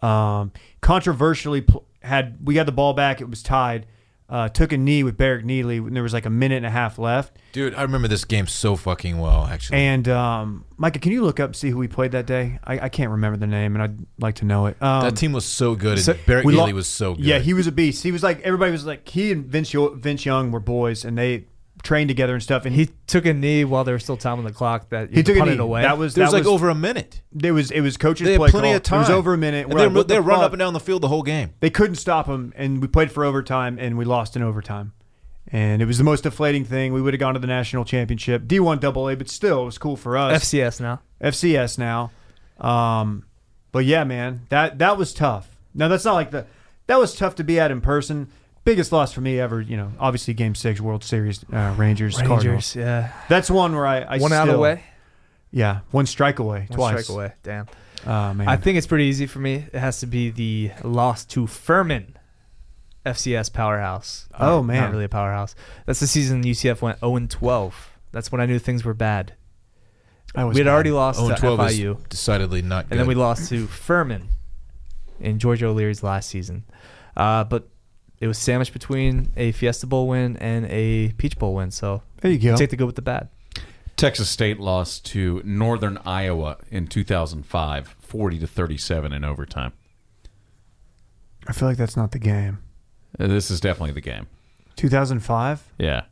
C: um, controversially pl- had we got the ball back. It was tied. Uh, took a knee with Barrick Neely, and there was like a minute and a half left.
B: Dude, I remember this game so fucking well. Actually,
C: And um, Micah, can you look up and see who we played that day? I, I can't remember the name, and I'd like to know it. Um,
B: that team was so good, and
C: so-
B: Barrett
C: we lo-
B: Neely was so good.
C: Yeah, he was a beast. He was like everybody was like he and Vince Yo- Vince Young were boys, and they trained together and stuff. And
A: He
C: he
A: took a knee while there was still time on the clock. That you
C: he took a
A: punted
C: knee.
A: away.
C: That was
B: there was
C: that
B: like over a minute.
C: There was it was coach's
B: They had
C: play
B: plenty
C: call.
B: of time.
C: It was over a minute.
B: And
C: We're
B: they
C: like,
B: were,
C: what
B: they
C: the
B: were running up
C: fuck?
B: and down the field the whole game.
C: They couldn't stop him, and we played for overtime, and we lost in overtime. And it was the most deflating thing. We would have gone to the national championship, D1 AA, but still, it was cool for us.
A: FCS now.
C: FCS now. Um, but yeah, man, that that was tough. Now that's not like the that was tough to be at in person. Biggest loss for me ever, you know. Obviously, Game Six World Series, uh, Rangers, Cardinals.
A: Rangers, yeah.
C: That's one where I, I
A: One out
C: still-
A: away.
C: Yeah, one strike away.
A: One
C: twice.
A: strike away. Damn.
C: Oh man,
A: I think it's pretty easy for me. It has to be the loss to Furman, FCS powerhouse.
C: Oh,
A: Not-
C: man.
A: not really a powerhouse. That's the season UCF went 0 12. That's when I knew things were bad.
C: I was
A: We had
C: bad.
A: already lost
B: Oh,
A: to
B: and 12 is
A: FIU,
B: decidedly not good.
A: and then we lost to Furman in Georgia O'Leary's last season. Uh, but it was sandwiched between a Fiesta Bowl win and a Peach Bowl win. So
C: There you go.
A: take the good with the bad.
D: Texas State lost to Northern Iowa in 2005, 40 to 37 in overtime.
C: I feel like that's not the game.
D: Uh, This is definitely the game.
C: 2005.
D: Yeah,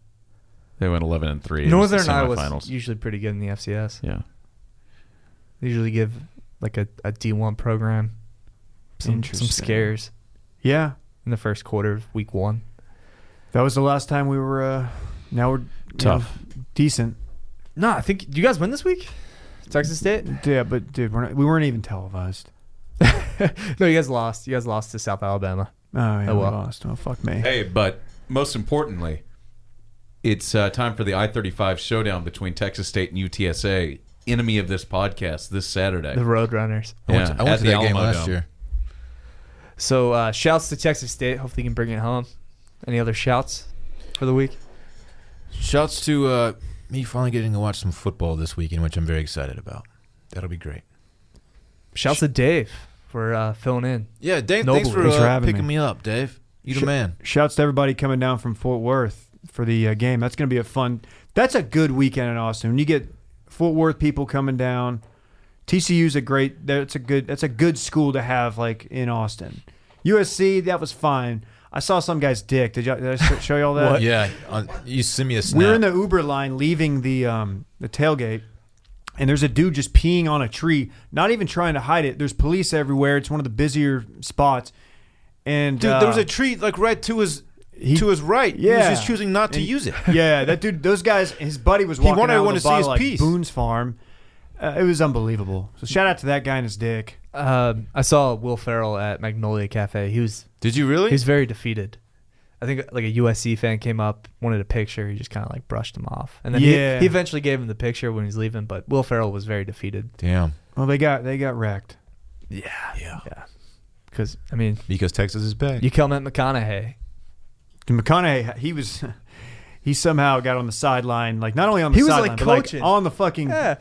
D: they went 11 and three. It was the
A: Northern Iowa's
D: semifinals.
A: usually pretty good in the FCS.
D: Yeah,
A: They usually give like a, a D1 program some, some
C: Interesting.
A: scares
C: Yeah,
A: in the first quarter of week one.
C: that was the last time we were. Uh, now we're you
D: Tough.
C: know, decent.
A: No, I think do you guys win this week? Texas State?
C: Yeah, but dude, we're not, we weren't even televised.
A: No, you guys lost. You guys lost to South Alabama.
C: Oh, yeah,
A: Oh, well.
C: we lost. Oh, fuck me.
D: Hey, but most importantly, it's uh, time for the I 35 showdown between Texas State and UTSA, enemy of this podcast, this Saturday.
A: The Roadrunners.
B: I went,
D: Yeah,
B: to, I went
D: at
B: to
D: the
B: that game
D: Alamo
B: last
D: Dome.
B: year.
A: So uh, shouts to Texas State. Hopefully you can bring it home. Any other shouts for the week?
B: Shouts to uh, me finally getting to watch some football this weekend, which I'm very excited about. That'll be great.
A: Shouts to Dave for uh, filling in.
B: Yeah, Dave,
A: Noble.
B: thanks for,
C: Thanks for
B: uh,
C: having
B: picking
C: me.
B: me. up, Dave. You the
C: Sure.
B: man.
C: Shouts to everybody coming down from Fort Worth for the uh, game. That's going to be a fun. That's a good weekend in Austin. When you get Fort Worth people coming down, TCU's a great. That's a good. That's a good school to have like in Austin. USC that was fine. I saw some guy's dick. Did, y'all, did I show y'all that?
B: Yeah, on, you send me a snap.
C: We Uh, were in the Uber line leaving the um, the tailgate, and there's a dude just peeing on a tree, not even trying to hide it. There's police everywhere. It's one of the busier spots. And
B: Dude, there was
C: uh,
B: a tree like right to his
C: He-
B: to his right. He was
C: Yeah.
B: just choosing not to use it.
C: uh, yeah, that dude, those guys, his buddy was walking
B: wanted
C: out
B: everyone
C: with
B: to
C: a
B: see his
C: bottle at
B: piece.
C: Boone's Farm. Uh, it was unbelievable. So shout out to that guy and his dick.
A: Um, I saw Will Ferrell at Magnolia Cafe. He was
B: Did you really?
A: he was very defeated. I think like a USC fan came up, wanted a picture. He just kind of like brushed him off, and then
C: Yeah.
A: he, he eventually gave him the picture when he was leaving. But Will Ferrell was very defeated.
B: Damn.
C: Well, they got they got wrecked.
A: Yeah, yeah, yeah. Because I mean,
B: Because Texas is back.
A: you come at McConaughey.
C: And McConaughey, he was he somehow got on the sideline, like not only on the
A: He was,
C: sideline,
A: like,
C: but like
A: coaching.
C: on the fucking.
A: Yeah,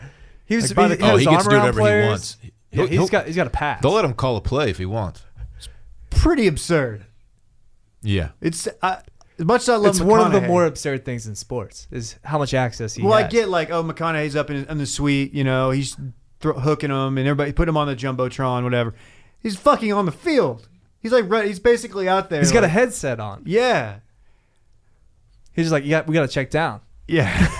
A: he was.
C: Like, by the-
A: had
B: oh, he
A: his
B: gets
A: arm
B: to do
A: around
B: whatever
A: players.
B: he wants.
A: Yeah,
B: He'll-
A: he's
B: he'll-
A: got he's got a pass.
B: They'll let him call a play if he wants.
C: Pretty absurd.
B: Yeah.
C: It's I, as much as I love
A: it's one of the
C: McConaughey-
A: more absurd things in sports is how much access he
C: Well, I
A: has.
C: get like, oh, McConaughey's up in, in the suite, you know, he's thro- hooking him, and everybody put him on the jumbotron, whatever. He's fucking on the field. He's like, run- he's basically out there.
A: He's got a
C: like-
A: headset on.
C: yeah,
A: He's just like, yeah, we got to check down.
C: yeah.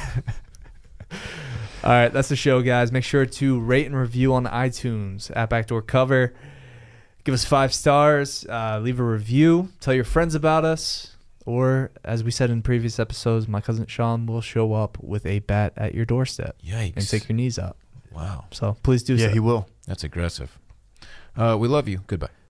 A: All right, that's the show, guys. Make sure to rate and review on iTunes at Backdoor Cover. Give us five stars. Uh, leave a review. Tell your friends about us. Or, as we said in previous episodes, my cousin Sean will show up with a bat at your doorstep and
B: Yikes.
A: take your knees up.
B: wow.
A: So please do so.
C: will.
B: That's aggressive. Uh, we love you. Goodbye.